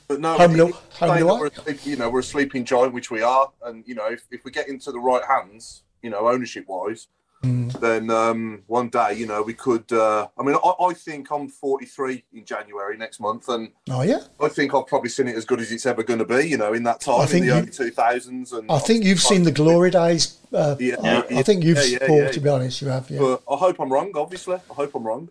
S4: But no,
S2: Home
S4: it-
S2: lo-
S4: it's
S2: home
S4: saying
S2: lo-
S4: that we're a sleep- you know, we're a sleeping giant, which we are, and you know, if, if we get into the right hands, you know, ownership wise,
S2: Mm.
S4: then um, one day, you know, we could. Uh, I mean, I, I think I'm 43 in January next month, and
S2: Oh yeah.
S4: I think I've probably seen it as good as it's ever going to be. You know, in that time,
S2: I think
S4: in the
S2: you-
S4: early 2000s, and
S2: I think you've seen the glory days. Uh,
S4: Yeah,
S2: I, I
S4: yeah,
S2: think you've
S4: yeah, yeah,
S2: supported.
S4: yeah.
S2: To be honest, you have. Yeah.
S4: But I hope I'm wrong. Obviously, I hope I'm wrong.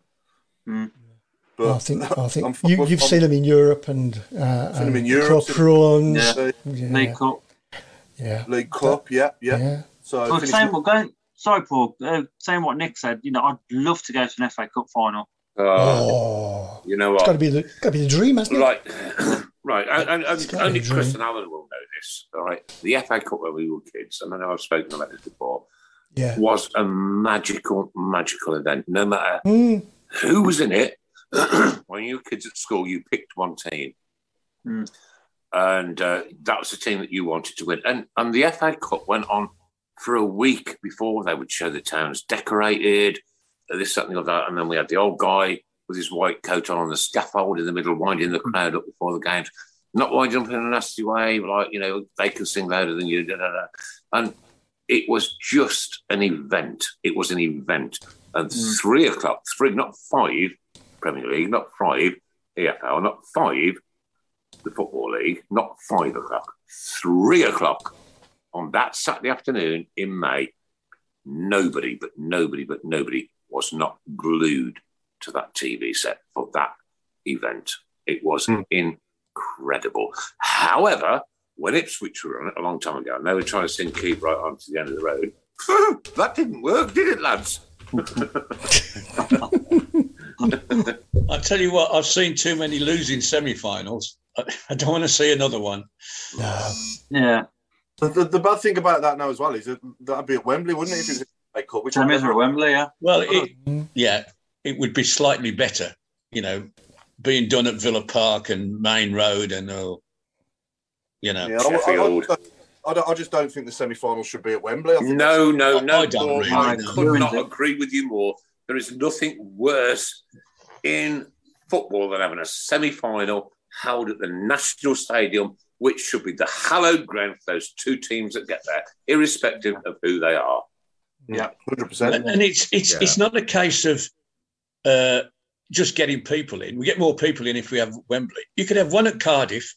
S4: But
S2: I think I think
S4: I'm-
S2: you, you've
S4: I'm-
S2: seen them in Europe and uh,
S4: Seen 'em
S2: and
S4: in Europe,
S2: Crop
S4: seen-
S2: runs.
S5: Yeah.
S4: Uh,
S2: Yeah.
S5: League Cup.
S2: yeah.
S4: League Cup, yeah, yeah.
S2: Yeah.
S4: So
S5: Well,
S4: finish-
S5: saying what going, sorry, Paul. Uh, saying what Nick said, you know, I'd love to go to an FA Cup final.
S1: Uh,
S2: Oh,
S1: you know
S2: it's
S1: what?
S2: got to be the got to be the dream, hasn't it?
S1: Right, right. And, and,
S2: It's
S1: and
S2: gotta
S1: only
S2: be
S1: Chris
S2: dream.
S1: and Alan will know this. All right, the FA Cup when we were kids, and I know I've spoken about this before,
S2: Yeah.
S1: was a magical, magical event. No matter
S2: Mm.
S1: who was in it, when you were kids at school, you picked one team,
S5: Hmm.
S1: and uh, that was the team that you wanted to win. And and the FA Cup went on for a week before they would show the towns decorated, uh, this, that, and the other. And then we had the old guy with his white coat on on the scaffold in the middle, winding the crowd up before the games. Not winding up in a nasty way, like, you know, they can sing louder than you. Da, da, da. And it was just an event. It was an event. And three o'clock, three, not five, Premier League, not five, EFL, not five, the Football League, not five o'clock, three o'clock on that Saturday afternoon in May nobody, but nobody, but nobody was not glued to that TV set for that event. It was incredible. However, when Ipswich were on it a long time ago, and they were trying to sing Keep Right On to the End of the Road, that didn't work, did it, lads?
S8: I tell you what, I've seen too many losing semi-finals. I, I don't want to see another one.
S2: No.
S5: Yeah.
S4: the, the, the bad thing about that now as well is that that'd be at Wembley, wouldn't it? If it was a League Cup, which
S5: Sam is at Wembley, yeah.
S8: Well, it,
S2: Mm-hmm.
S8: yeah, it would be slightly better, you know, being done at Villa Park and Main Road and all. You know,
S4: Yeah, I- I- I
S1: Sheffield.
S4: don't- I, don't, I just don't think the semi-finals should be at Wembley. I think
S1: No, no,
S8: I-
S1: no.
S8: I don't
S1: Paul,
S8: really
S1: I
S5: know.
S1: could not agree with you more. There is nothing worse in football than having a semi final held at the National Stadium, which should be the hallowed ground for those two teams that get there, irrespective of who they are.
S4: yeah, hundred
S8: and,
S4: percent.
S8: and it's it's it's not a case of uh, just getting people in. We get more people in if we have Wembley. You could have one at Cardiff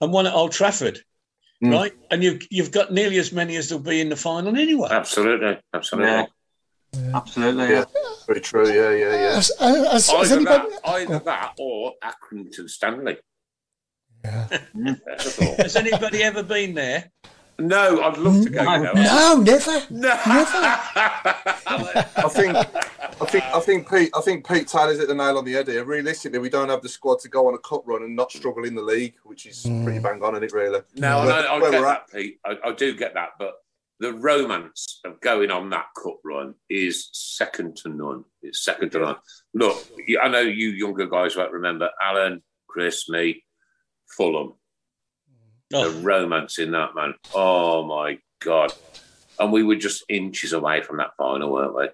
S8: and one at Old Trafford,
S4: Mm.
S8: right? And you've you've got nearly as many as there'll be in the final anyway.
S1: Absolutely. Absolutely.
S5: Yeah. Absolutely. Yeah.
S4: Yeah. Very true. Yeah, yeah, yeah.
S2: Has, has, has
S1: Either,
S2: anybody?
S1: that, either that or Accrington Stanley. That's all.
S8: Has anybody ever been there?
S1: no, I'd love to go. you know.
S2: No, never.
S1: No.
S4: I think, I think, I think Pete, I think Pete Taylor's hit the nail on the head here. Realistically, we don't have the squad to go on a cup run and not struggle in the league, which is
S2: Mm.
S4: pretty bang on, isn't it? Really.
S1: No,
S4: Where-
S1: I, I,
S4: where
S1: get
S4: we're at.
S1: that, Pete. I, I do get that, but the romance of going on that cup run is second to none. It's second to none. Look, you- I know you younger guys won't remember Alan, Chris, me, Fulham. The
S8: Oh,
S1: romance in that man. Oh my god! And we were just inches away from that final, weren't we?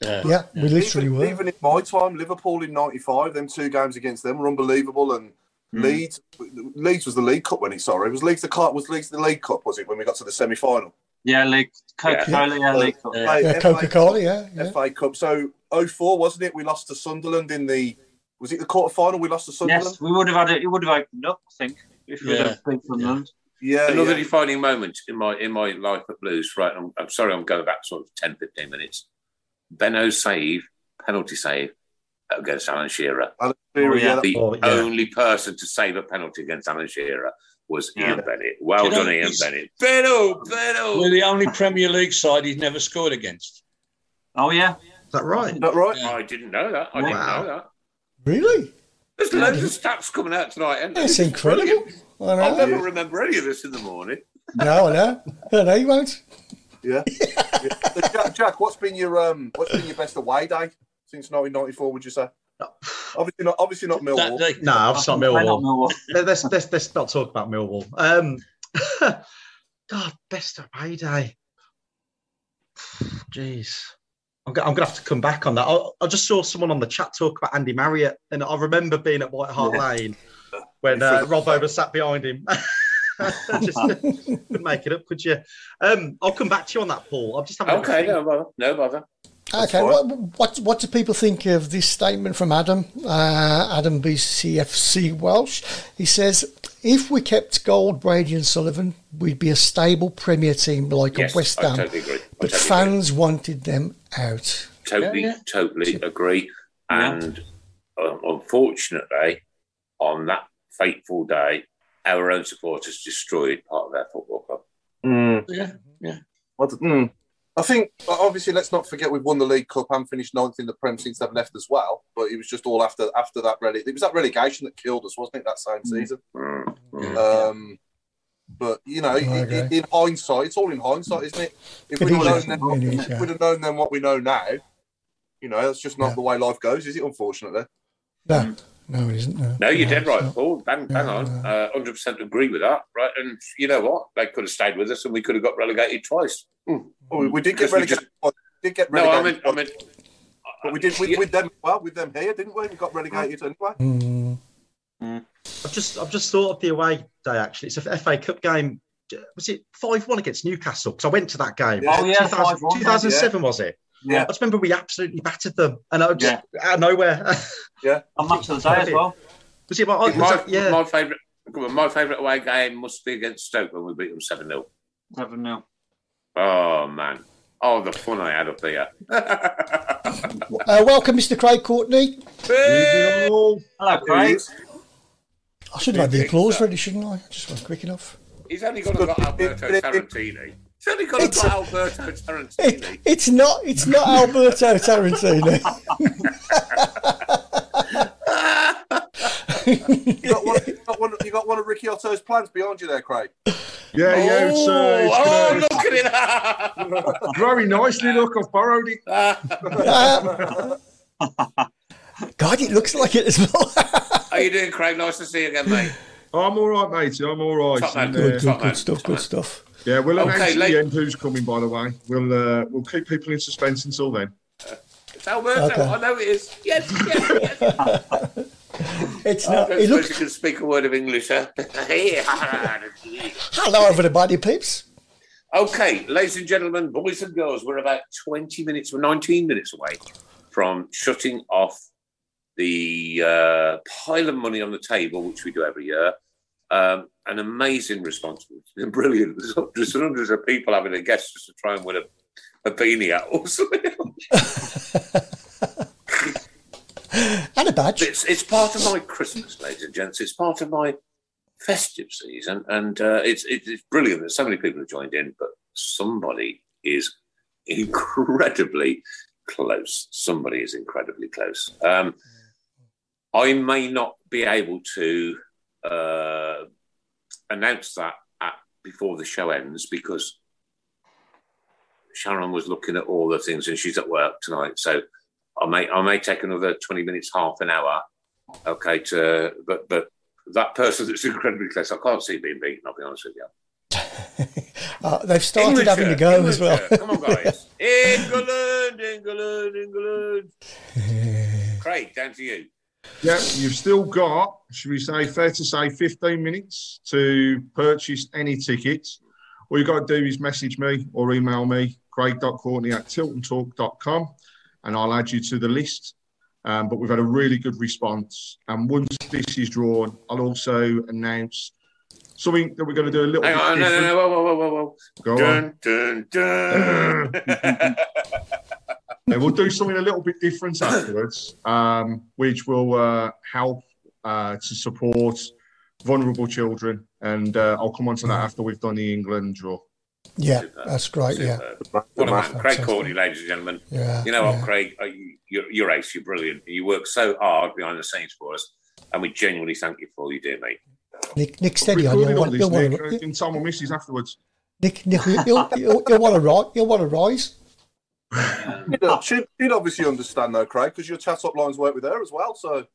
S8: yeah.
S2: Yeah, we literally
S4: even,
S2: were.
S4: even in my time, Liverpool in '95, them two games against them were unbelievable, and
S1: Hmm.
S4: Leeds, Leeds was the League Cup when it. Sorry, was Leeds the cup? Was Leeds the League Cup? Was it when we got to the semi-final? Uh,
S5: League Coca Cola, yeah, League Cup.
S8: Yeah.
S4: Like,
S2: yeah,
S4: FA
S2: Coca Cola. Yeah, yeah.
S4: FA Cup. So 04, wasn't it? We lost to Sunderland in the was it the quarter final? We lost to Sunderland.
S5: Yes, we would have had it. It would have opened up, I think, if we'd
S8: Yeah.
S5: have played Sunderland.
S4: Yeah,
S1: Another
S4: yeah.
S1: defining moment in my in my life at Blues. Right, I'm, I'm sorry, I'm going back sort of 10, 15 minutes. Benno's save, penalty save against Alan Shearer.
S4: Alan Shearer,
S5: Oh, yeah.
S4: yeah, that-
S1: The
S9: Oh, yeah.
S1: only person to save a penalty against Alan Shearer was Ian Bennett. Well
S8: You know,
S1: done, Ian
S8: it's-
S1: Bennett. Benno, Benno.
S8: We're the only Premier League side he's never scored against.
S5: Oh, yeah.
S3: Is that right?
S4: Is that right?
S8: Yeah.
S1: I didn't know that. I didn't
S3: Wow.
S1: know that.
S2: Really?
S1: There's loads of stats coming out tonight, and
S2: That's incredible. I
S1: I'll
S2: know.
S1: never remember any of this in the morning.
S2: No, I know. I know you won't.
S4: Yeah. So, Jack, Jack, what's been your um, what's been your best away day since 1994? Would you say? Obviously not. Obviously not Millwall.
S10: That,
S3: No, it's not
S5: Why not
S3: Millwall.
S5: Millwall?
S3: Let- let's, let's, let's not talk about Millwall. Um, God, best away day. Jeez. I'm going I'm to have to come back on that. I, I just saw someone on the chat talk about Andy Marriott, and I remember being at White Hart Lane when uh, Robbo was sat behind him. just couldn't make it up, could you? Um, I'll come back to you on that, Paul. I'm just having a
S1: Okay,
S3: think.
S1: no bother. No bother.
S2: Okay, what, what what do people think of this statement from Adam? Uh, Adam BCFC Welsh. He says, "If we kept Gold, Brady, and Sullivan, we'd be a stable Premier team like
S1: Yes,
S2: a West
S1: I
S2: Ham."
S1: totally agree. I
S2: But
S1: totally
S2: fans wanted them out.
S1: Totally,
S10: Yeah, yeah.
S1: totally agree. And um, unfortunately, on that fateful day, our own supporters destroyed part of their football club.
S4: Mm.
S10: yeah, yeah.
S4: What- mm. I think obviously let's not forget we've won the League Cup and finished ninth in the Prem since they've left as well. But it was just all after after that rele- it was that relegation that killed us, wasn't it? That same season.
S1: Mm, mm.
S4: Um, but you know,
S2: I
S4: in, in,
S2: agree.
S4: in hindsight, it's all in hindsight, isn't it? If
S2: It
S4: we'd have known
S2: is,
S4: then,
S2: it is,
S4: if
S2: yeah.
S4: we'd have known then what we know now, you know, that's just not
S2: Yeah.
S4: the way life goes, is it? Unfortunately.
S2: No, no, it isn't. No,
S1: No, you're
S2: No,
S1: dead
S2: it's
S1: right,
S2: not.
S1: Paul. Bang, bang on. Uh, 100% agree with that, right? And you know what? They could have stayed with us and we could have got relegated twice. Mm.
S4: Well, Oh, we, we did get
S1: Because we
S4: relegated. we did get
S1: No, I
S4: relegated.
S1: mean, I mean,
S4: but we did with,
S1: yeah.
S4: with them. Well, with them here, didn't we? We got relegated anyway.
S2: Mm,
S3: I've just I've just thought of the away day actually. It's a FA Cup game. Was it five one against Newcastle? Because I went to that game.
S4: Yeah.
S5: Oh, yeah,
S3: 2000
S5: 5-1,
S3: 2007 was it?
S4: Yeah.
S3: I just remember we absolutely battered them, and I just out of nowhere.
S5: On match of the day as well.
S3: was it my, was
S1: my,
S3: that- yeah?
S1: my favourite. come on, My favourite away game must be against Stoke when we beat them 7 0.
S5: Seven nil.
S1: Oh, man. Oh, the fun I had up here.
S2: Uh, welcome, Mr. Craig Courtney.
S5: Hello, Craig.
S2: I should have had the applause ready, shouldn't I? I just wasn't quick enough.
S1: He's only got to got Alberto Tarantini. He's only got to
S2: It's-
S1: got Alberto
S2: It,
S1: Tarantini.
S2: it's not. It's not Alberto Tarantino.
S4: You got one. You got one, you got one of Ricky Otto's plans behind you there, Craig.
S8: Yeah, yeah, it's, uh,
S1: oh,
S8: it's
S1: oh,
S8: gonna-
S1: look at it! Ah,
S8: it's growing nicely. Look, I've borrowed it.
S2: Um, God, it looks like it as well.
S1: How you doing, Craig? Nice to see you again, mate.
S8: I'm all right, mate. I'm all right.
S1: Top man.
S8: And,
S1: Good,
S8: uh,
S2: good, good,
S1: man,
S2: good stuff.
S1: top man.
S2: Good stuff.
S8: yeah, we'll
S1: Okay,
S8: announce at
S1: late-
S8: the end who's coming. By the way, we'll uh, we'll keep people in suspense until then.
S1: It's Alberto.
S2: Okay.
S1: I know it is. Yes, yes, yes.
S2: It's not.
S1: Don't
S2: It
S1: suppose you
S2: looks.
S1: can speak a word of English, huh?
S2: Hello, everybody, peeps.
S1: okay, ladies and gentlemen, boys and girls, we're about 20 minutes, we're 19 minutes away from shutting off the uh, pile of money on the table, which we do every year. Um, an amazing response, and brilliant. There's, there's hundreds of people having a guess just to try and win a, a beanie out or something.
S2: And a badge.
S1: It's, it's part of my Christmas, ladies and gents. It's part of my festive season, and uh, it's, it's it's brilliant. that so many people have joined in, but somebody is incredibly close. Somebody is incredibly close. Um, I may not be able to uh, announce that at, before the show ends because Sharon was looking at all the things, and she's at work tonight, so. I may I may take another twenty minutes, half an hour. Okay, to but but that person that's incredibly close, I can't see being beaten. I'll be honest with you.
S2: Uh, they've started
S1: England
S2: having
S1: shirt,
S2: a go
S1: England
S2: as well.
S1: shirt. Come on, guys! England, England, England. Craig, down to you.
S8: Yeah, you've still got, should we say, fair to say, 15 minutes to purchase any tickets. All you've got to do is message me or email me, craig.courtney at tiltandtalk.com, and I'll add you to the list. Um, but we've had a really good response. And once this is drawn, I'll also announce something that we're going to do a little
S1: Hang
S8: bit
S1: on, no, no,
S8: different.
S1: no, whoa, whoa, whoa, whoa, whoa.
S8: Go on.
S1: Dun, dun, dun.
S8: Yeah, we'll do something a little bit different afterwards, um, which will uh, help uh, to support vulnerable children. And uh, I'll come on to that after we've done the England draw.
S2: Yeah, that's great. Yeah,
S1: Superb. What a man, Craig Courtney, ladies and gentlemen.
S2: yeah.
S1: You know what,
S2: yeah.
S1: Craig? uh, you- You're, you're ace. You're brilliant. You work so hard behind the scenes for us, and we genuinely thank you for all you do, mate.
S2: Nick, Nick, steady on.
S8: Recording
S2: You'll
S8: all
S2: want,
S8: this,
S2: you'll want
S8: Nick,
S2: to look.
S8: and Tom will miss these afterwards.
S2: Nick, Nick you'll, you'll, you'll, you'll want to rise. You'll want to rise.
S11: She'd- she'd, she'd obviously understand though, Craig, because your chat up lines work with her as well. So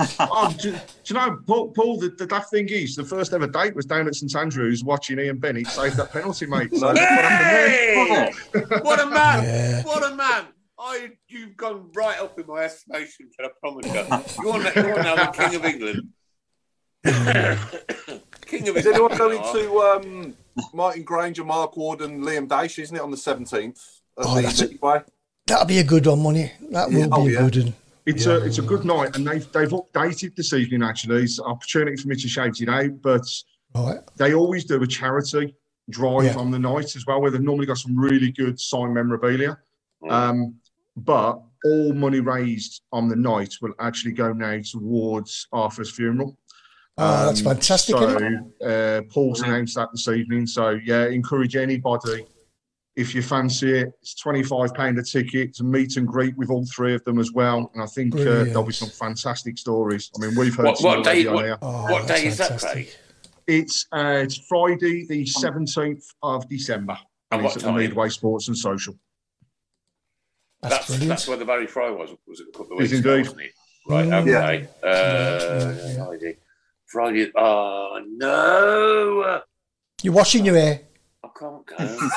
S4: oh, do, do you know, Paul, Paul the, the daft thing is, the first ever date was down at St Andrews watching Ian Bennett save that penalty, mate. So, that's what happened there.
S1: Hey! What a man! What a man! I, you've gone right up in my estimation, can I promise you? You're now, you're now the King of England. King of
S11: is anyone
S1: England. Oh.
S11: going
S1: you are.
S11: to um, Martin Granger, Mark Ward, and Liam Dash? Isn't it on the seventeenth?
S2: Oh, that's it.
S11: Anyway,
S2: That'll be a good one, won't it? That will
S11: Yeah. Oh,
S2: be
S11: yeah.
S2: a good one.
S4: It's a it's a good night, and they've they've updated this evening. Actually, it's an opportunity for me to shout it out, but
S2: Right.
S4: they always do a charity drive
S2: Yeah.
S4: on the night as well, where they've normally got some really good signed memorabilia. Um, but all money raised on the night will actually go now towards Arthur's funeral.
S2: Oh, that's fantastic, isn't
S4: So uh, Paul's announced that this evening. So yeah, encourage anybody if you fancy it. It's twenty five pound a ticket to meet and greet with all three of them as well. And I think uh,
S2: Brilliant.
S4: there'll be some fantastic stories. I mean, we've heard
S1: What,
S4: some
S1: what
S4: already
S1: day?
S4: on
S1: What,
S4: here.
S2: Oh,
S1: what
S2: that's
S1: day is that,
S2: fantastic.
S1: Craig?
S4: It's uh, it's Friday the seventeenth of December.
S1: And
S4: it's
S1: what
S4: at the
S1: time?
S4: Midway Sports and Social.
S2: That's,
S1: That's, that's,
S2: brilliant.
S1: where the Barry Fry was. Was it a couple of weeks
S4: Yes,
S1: ago,
S4: indeed.
S1: wasn't it? Right. Okay. Uh, Friday. Friday. Oh no!
S2: You're washing your hair.
S1: I can't go.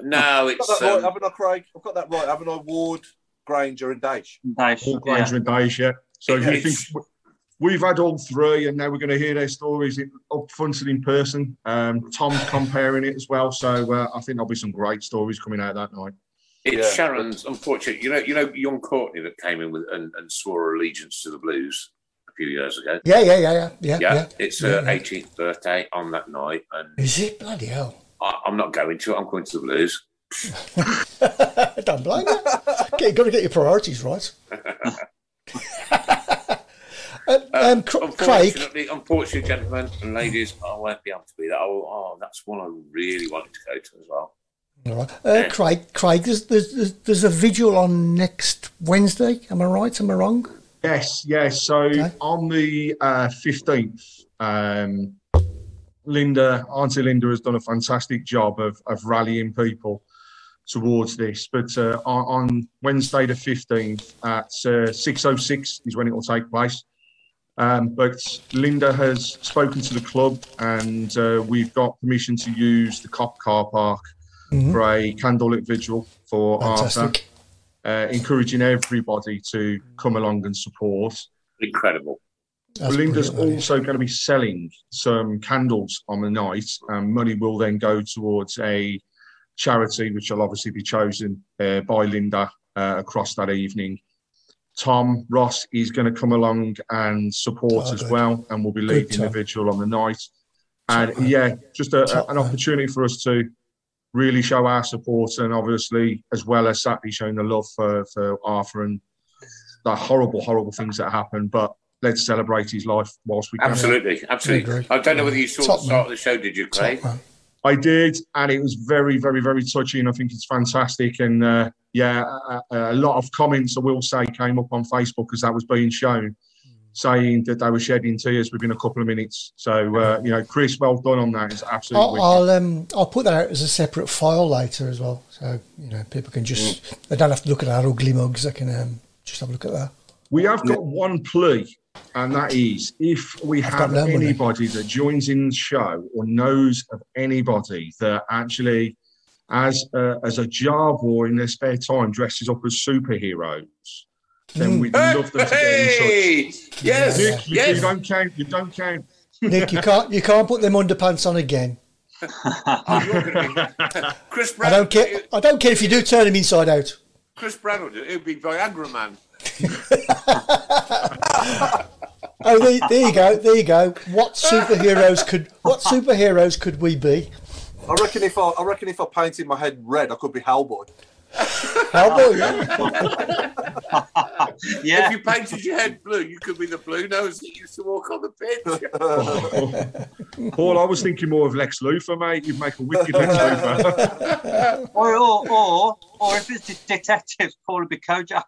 S1: no,
S11: I've
S1: it's
S11: got that right,
S1: um,
S11: haven't I, Craig? I've got that right, haven't I? Ward, Granger, and Dash.
S5: Nice,
S4: Paul
S5: yeah.
S4: Granger and Daesh, yeah. So if you think
S1: It's-
S4: we've had all three, and now we're going to hear their stories in- up front and in person. Um, Tom's comparing it as well, so uh, I think there'll be some great stories coming out that night.
S1: it's
S11: Yeah.
S1: Sharon's. Unfortunately, you know, you know, young Courtney that came in with and, and swore allegiance to the Blues a few years ago.
S2: Yeah, yeah, yeah, yeah, yeah.
S1: Yeah,
S2: yeah.
S1: it's
S2: Yeah,
S1: her
S2: yeah.
S1: 18th birthday on that night, and
S2: Is it bloody hell?
S1: I, I'm not going to it. I'm going to the Blues.
S2: Don't blame you. Get, got to get your priorities right. um, um, Cr- Craig,
S1: Uh, Unfortunately, unfortunately, gentlemen and ladies, I won't be able to be there. Oh, oh, that's one I really wanted to go to as well.
S2: All right. uh, Craig, Craig. There's, there's there's there's a vigil on next Wednesday. Am I right? Am I wrong?
S4: Yes, yes. So
S2: Okay.
S4: on the uh, fifteenth, um, Linda, Auntie Linda, has done a fantastic job of, of rallying people towards this. But uh, on, on Wednesday the fifteenth at six oh six is when it will take place. Um, but Linda has spoken to the club, and uh, we've got permission to use the cop car park for a candlelit vigil for Arthur
S2: Fantastic.
S4: uh, encouraging everybody to come along and support.
S1: Incredible.
S2: That's
S4: Linda's
S2: brilliant, that is.
S4: also going to be selling some candles on the night, and money will then go towards a charity, which will obviously be chosen uh, by Linda uh, across that evening. Tom Ross is going to come along and support
S2: Oh,
S4: as
S2: good.
S4: well, and will be
S2: Good,
S4: leading the
S2: Tom.
S4: vigil on the night. And
S2: Top man.
S4: yeah, just a,
S2: Top
S4: an
S2: man.
S4: opportunity for us to really show our support, and obviously, as well as Saturday, showing the love for, for Arthur and the horrible, horrible things that happened. But let's celebrate his life whilst we can.
S1: Absolutely,
S2: I
S1: absolutely.
S2: agree.
S1: I don't know whether you saw
S2: Top
S1: the start
S2: man.
S1: of the show, did you,
S2: Top
S1: Craig?
S2: man.
S4: I did, and it was very, very, very touching. I think it's fantastic, and uh, yeah, a, a a lot of comments I will say came up on Facebook as that was being shown, saying that they were shedding tears within a couple of minutes. So uh, you know, Chris, well done on that. It's absolutely.
S2: I'll, I'll um I'll put that out as a separate file later as well, so you know people can just they don't have to look at our ugly mugs. They can um, just have a look at that.
S4: We have got one plea, and that is if we
S2: got
S4: have
S2: no money.
S4: anybody that joins in the show or knows of anybody that actually, as a, as a jar war in their spare time, dresses up as superheroes,
S2: Mm.
S4: then we'd love them to get in
S1: Hey!
S4: touch.
S1: Yes,
S4: Nick, you- you,
S1: yes.
S4: don't count. You don't count.
S2: Nick, you can't you can't put them underpants on again.
S1: Chris Brown.
S2: I don't care. I don't care if you do turn them inside out.
S1: Chris Brown would do it. He'd be Viagra Man.
S2: Oh, there, there you go. There you go. What superheroes could what superheroes could we be?
S11: I reckon if I, I reckon if I painted my head red, I could be Hellboy.
S2: How about you?
S1: If
S5: yeah.
S1: you painted your head blue, you could be the blue nose that used to walk on the pitch.
S4: Uh, Paul, I was thinking more of Lex Luthor, mate. You'd make a wicked Lex Luthor.
S5: Or, or or or if it's a detective, call it be Kojak.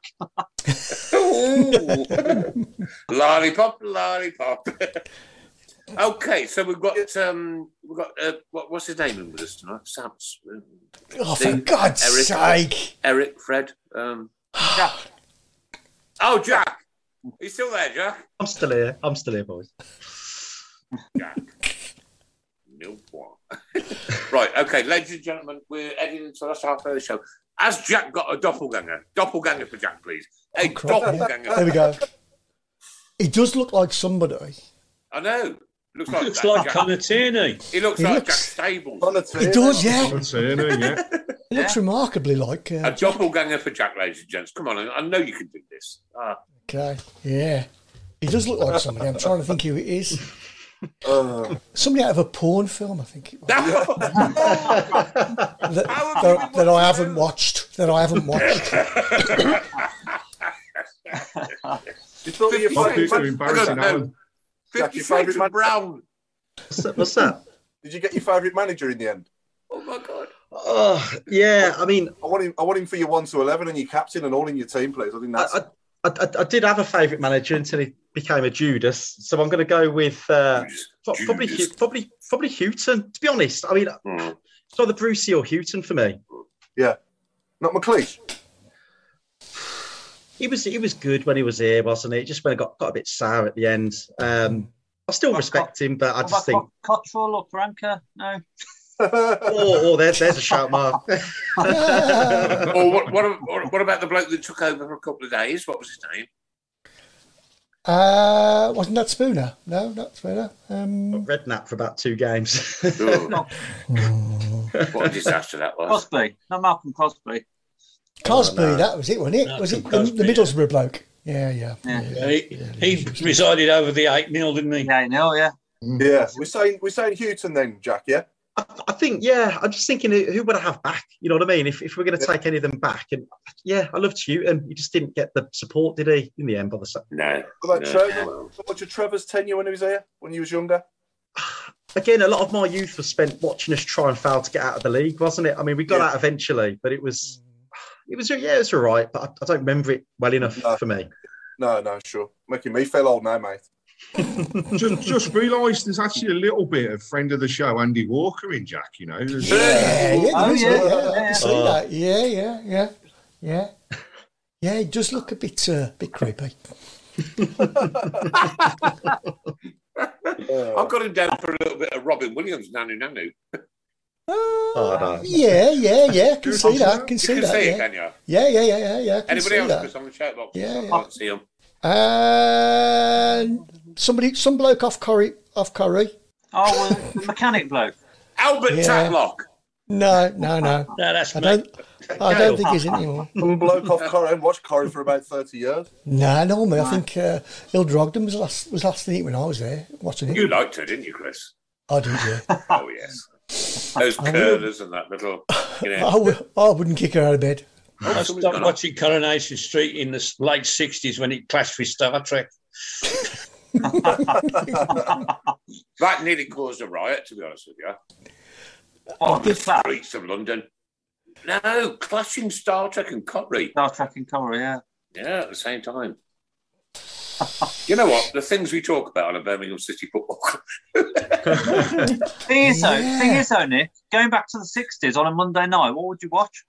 S1: Lollipop, lollipop. Okay, so we've got um, we've got uh, what, what's his name in with us tonight? Sam's. um,
S2: Oh, for
S1: Steve,
S2: God's
S1: Eric,
S2: sake.
S1: Eric, Fred. Um, Jack. Oh, Jack. He's still there, Jack.
S3: I'm still here. I'm still here, boys.
S1: Jack. no one. right, okay, ladies and gentlemen, we're heading into the last half of the show. Has Jack got a doppelganger? Doppelganger for Jack, please. A
S2: Oh, Crap, yeah.
S1: doppelganger.
S2: There we go. He does look like somebody.
S1: I know. Looks like,
S12: Looks
S1: that
S12: like
S1: Jack.
S12: Conatini.
S1: He looks
S2: He
S1: like
S2: looks-
S1: Jack Stables.
S2: He does, yeah.
S8: That's it, isn't it? yeah.
S2: He looks remarkably like.
S1: A
S2: Uh,
S1: doppelganger for Jack, ladies and gents. Come on, I I know you can do this. Ah,
S2: okay, yeah. He does look like somebody. I'm trying to think who it is.
S4: uh,
S2: Somebody out of a porn film, I think it was. That, that, that I haven't watched. That I haven't watched.
S4: You thought you
S8: Fuck you,
S4: your
S8: it's
S4: favourite,
S8: embarrassing,
S1: I don't
S8: Alan.
S4: Jack,
S1: 50
S4: your
S1: Shades
S4: favourite
S1: of
S4: man-
S1: Brown.
S3: What's that? What's that?
S4: did you get your favourite manager in the end?
S1: Oh, my God.
S3: Oh, yeah. I mean,
S4: I want him. I want him for your one to eleven and your captain and all in your team, please. I think
S3: I,
S4: that's.
S3: I, I, I- I did have a favourite manager until he became a Judas. So I'm going to go with uh, pro- probably
S1: Judas.
S3: Hu- probably probably Houghton. To be honest, I mean,
S1: Mm.
S3: it's either Brucey or Houghton for me.
S4: not McLeish.
S3: He was he was good when he was here, wasn't he? Just when it got, got a bit sour at the end. Um, I still
S5: Well,
S3: respect him, but I
S5: What about
S3: just think,
S5: Co- Cottrell or Branca? No.
S3: oh, oh there, there's a shout mark.
S1: Or what, what, what, what about the bloke that took over for a couple of days? What was his name?
S2: Uh, wasn't that Spooner? No, not Spooner. Um,
S3: Redknapp for about two games.
S1: Oh, what a disaster that was.
S5: Crosby. Not Malcolm Crosby.
S2: Cosby, that was it, wasn't it?
S12: Oh, No,
S2: was it
S12: Cosby,
S2: the, the
S12: yeah.
S2: Middlesbrough bloke? Yeah, yeah.
S5: Yeah.
S12: He, he presided over the 8 0, didn't he?
S5: Yeah, no, yeah.
S4: Yeah, we're saying we're saying Houghton then, Jack. Yeah,
S3: I, I think, yeah, I'm just thinking, uh, who who would I have back? You know what I mean? If, if we're going to take any of them back, and yeah, I loved Houghton. He just didn't get the support, did he? In the end, by the sa-
S1: No.
S4: What
S1: no.
S4: about Trevor? What about your Trevor's tenure when he was here, when he was younger?
S3: again, a lot of my youth was spent watching us try and fail to get out of the league, wasn't it? I mean, we got
S4: Yeah. Mm.
S3: out eventually, but it was, it was, yeah, it was all right, but I, I don't remember it well enough
S4: No.
S3: for me.
S4: No, no, sure. Making me feel old now, mate.
S8: just just realised there's actually a little bit of friend of the show Andy Walker in Jack. You know, There's-
S2: Yeah, yeah,
S5: Oh,
S2: there is,
S5: yeah,
S2: yeah,
S5: yeah,
S2: yeah, I
S5: yeah.
S2: can see
S12: Uh.
S2: that. Yeah, yeah, yeah, yeah. Yeah, it does look a bit, uh, bit creepy.
S1: I've got him down for a little bit of Robin Williams, Nanu Nanu.
S12: Uh.
S3: Oh, no.
S2: Yeah, yeah, yeah. I can see that. I can
S1: You
S2: see
S1: can
S2: that.
S1: see it,
S2: Yeah,
S1: can you?
S2: yeah, yeah, yeah, yeah. yeah I can
S1: Anybody
S2: see
S1: else?
S2: that.
S1: Because on the chat box,
S2: Yeah,
S1: I
S2: yeah.
S1: can't see him.
S2: And somebody, some bloke off curry, off curry.
S5: Oh, well, the mechanic bloke.
S1: Albert
S2: Yeah.
S1: Tatlock.
S2: No, no, no.
S12: No, that's
S2: I
S12: me.
S2: don't. I
S3: Gale.
S2: don't think he's in anymore.
S4: Some bloke off Corrie and watched Corrie for about thirty years.
S2: No, no, mate. I think uh, Il Drogden was last was last night when I was there watching it.
S1: You liked her, didn't you, Chris?
S2: I did, yeah.
S1: Oh, yes. Those curlers and that little, you know. Oh,
S2: I, w- I wouldn't kick her out of bed.
S12: I
S1: somebody's
S12: stopped
S1: gone up.
S12: watching Coronation Street in the s- late 60s when it clashed with Star Trek.
S1: That nearly caused a riot, to be honest with you.
S5: Oh, the Star
S1: Streets of London. No, clashing Star Trek and Cotry.
S5: Trek and Cora, yeah.
S1: Yeah, at the same time. you know what? The things we talk about on a Birmingham City football club.
S5: Thing is, though,
S2: Yeah.
S5: thing is, though, Nick, going back to the 60s on a Monday night, what would you watch?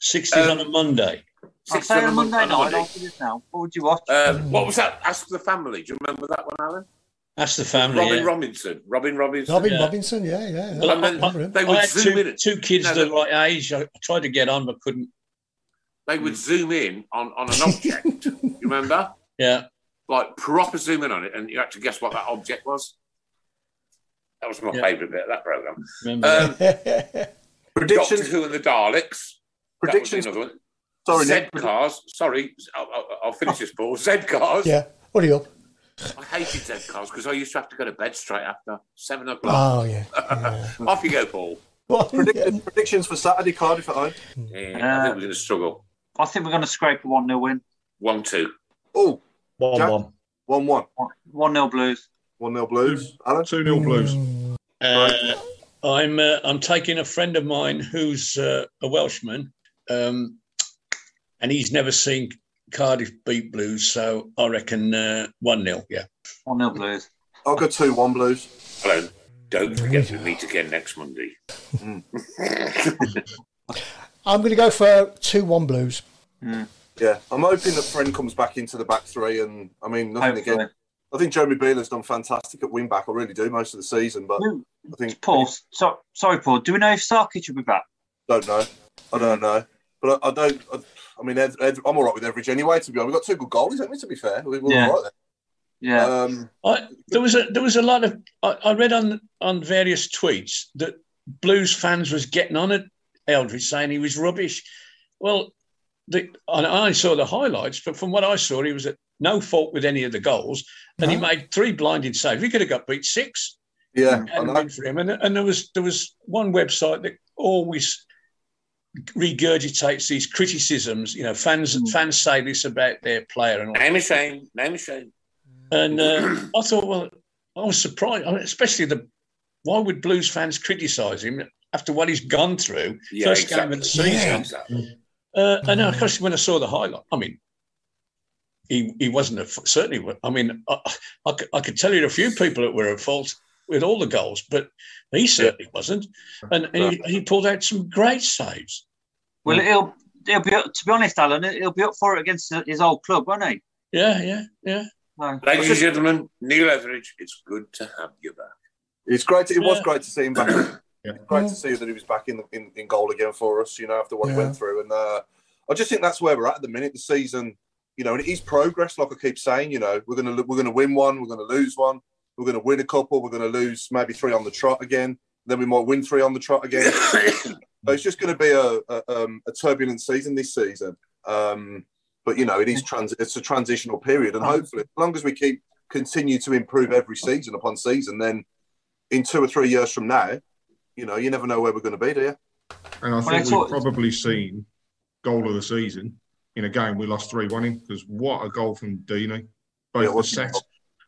S12: 60s
S1: Um,
S12: on a Monday.
S5: I
S1: Six on
S5: say on
S1: a
S5: a
S1: Mon-
S5: Monday
S1: on a
S5: night,
S1: Monday.
S5: after this now, what would you watch?
S1: Uh, what was that? Ask the Family. Do you remember that one, Alan?
S12: That's the family.
S1: Robin
S12: yeah.
S1: Robinson. Robin Robinson.
S2: Robin
S12: Yeah.
S2: Robinson, yeah, yeah. yeah.
S12: Well,
S1: And then
S2: I remember him.
S1: they
S12: I
S1: would
S12: had
S1: zoom
S12: two,
S1: in.
S12: two kids
S1: No,
S12: the
S1: no.
S12: right age. I tried to get on, but couldn't.
S1: They would zoom in on, on an object. you remember?
S12: Yeah.
S1: Like proper zoom in on it, and you had to guess what that object was. That was my
S12: Yeah.
S1: favourite bit of that program.
S12: Remember that.
S1: Um, Doctor
S4: Predictions.
S1: Who and the Daleks. That was
S4: Predictions.
S1: another one.
S4: Sorry,
S1: Z
S4: Nick.
S1: cars. Sorry, I'll, I'll, I'll finish this ball. Z cars.
S2: yeah. What are you up?
S1: I hated Z cars because I used to have to go to bed straight after seven o'clock.
S2: Oh, yeah. yeah.
S4: Ah.
S1: Off you go, Paul.
S2: Well, yeah.
S4: Predictions, predictions for Saturday Cardiff at home.
S12: Hmm.
S1: Yeah, I
S5: Uh,
S1: think we're going to struggle.
S5: I think we're going to scrape a 1 0 win.
S1: One, two.
S4: Oh,
S3: One
S4: Jack?
S3: one.
S4: 1 1.
S5: 1 0 Blues.
S4: 1 0 Blues. Alan?
S8: two nil Blues.
S2: Mm.
S12: Uh, I'm uh, I'm taking a friend of mine who's uh, a Welshman, um, and he's never seen Cardiff beat Blues, so I reckon uh, one 0 Yeah,
S5: 1 0 Blues.
S4: I'll go 2 1 Blues.
S1: Hello. Don't forget we meet again next Monday.
S2: I'm going to go for 2 1 Blues.
S4: Yeah, I'm hoping that Friend comes back into the back three, and I mean nothing
S13: Hopefully.
S4: again. I think Jeremy Beeler's done fantastic at wing back. I really do most of the season, but
S13: Who-
S4: I think
S13: Paul, so, sorry, Paul. Do we know if Sarkic will be back?
S4: don't know. I don't know, but I, I don't. I, I mean, Ed, Ed, I'm all right with Everidge anyway. To be honest, we've got two good goalies, haven't we? To be fair, we, we're
S13: Yeah.
S4: all right
S13: Yeah.
S4: there. Um,
S5: I, there was a there was a lot of I, I read on on various tweets that Blues fans was getting on at Eldridge saying he was rubbish. Well, the, I, I only saw the highlights, but from what I saw, he was at no fault with any of the goals, and he
S2: No.
S5: made three blinded saves. We could have got beat six.
S13: Hmm.
S4: yeah, I
S5: and
S4: know.
S5: win for him. And, and there was there was one website that always regurgitates these criticisms. You know, fans
S4: Hmm.
S5: fans say this about their player, and all.
S1: Name is shame. Name is shame.
S5: and uh, I thought, well, I was surprised, I mean, especially the why would Blues fans criticise him after what he's gone through?
S1: Yeah,
S5: first
S1: exactly.
S5: game of the season.
S1: Yeah, exactly.
S5: Uh, and
S4: Hmm.
S5: of course, when I saw the highlight, I mean, he he wasn't a, certainly. wa- I mean, uh, I, I, could, I could tell you there are a few people that were at fault with all the goals, but he certainly wasn't. And, and he, he pulled out some great saves.
S13: Well, it'll, it'll be up, to be honest, Alan. It'll be up for it against his old club, won't he?
S5: Yeah, yeah, yeah.
S13: No.
S1: Ladies and gentlemen, Neil Everidge, it's good to have you back.
S4: It's great. To, it was
S5: Yeah.
S4: great to see him back.
S8: Yeah.
S4: Great to see that he was back in, in in goal again for us. You know, after what he
S2: Yeah.
S4: went through, and uh, I just think that's where we're at at the minute. The season, you know, and it is progress. Like I keep saying, you know, we're gonna we're gonna win one, we're gonna lose one, we're gonna win a couple, we're gonna lose maybe three on the trot again. Then we might win three on the trot again. so it's just going to be a a, um, a turbulent season this season. Um, but you know, it is trans- it's a transitional period, and hopefully, as long as we keep continue to improve every season upon season, then in two or three years from now, you know, you never know where we're going to be, do you?
S8: And I
S13: I
S8: think
S13: thought-
S8: we've probably seen goal of the season in a game we lost 3 1 in because what a goal from Dini.
S4: Yeah,
S8: Both the
S4: wasn't
S8: set,
S4: it?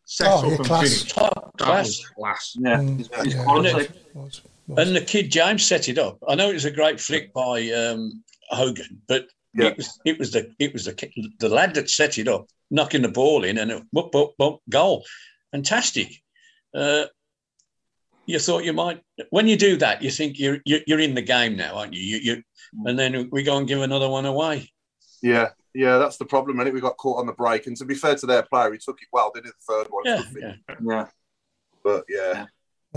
S8: set
S2: Oh,
S8: up
S2: yeah,
S8: and
S2: class.
S8: finish.
S5: Top
S8: That
S5: class.
S8: was class.
S13: Yeah.
S2: Mm.
S13: His, his
S4: Yeah.
S13: quality.
S2: Was- was.
S5: And the kid James set it up. I know it was a great flick by um, Hogan, but
S4: Yeah.
S5: it was it was the it was the ki- the lad that set it up, knocking the ball in, and a whoop, whoop, whoop, goal, fantastic. Uh, you thought you might when you do that, you think you're you're, you're in the game now, aren't you? You, you and then we go and give another one away.
S4: Yeah, yeah, that's the problem, is We got caught on the break, and to be fair to their player, he took it well, did he? The third one,
S5: Yeah,
S4: Took it.
S5: yeah.
S13: Yeah.
S4: but yeah,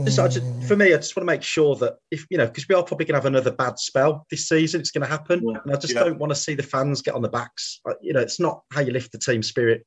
S3: Just, I just, for me, I just want to make sure that if you know, because we are probably going to have another bad spell this season, it's going to happen,
S13: Yeah.
S3: and I just
S4: Yeah.
S3: don't want to see the fans get on the backs. Like, you know, it's not how you lift the team spirit.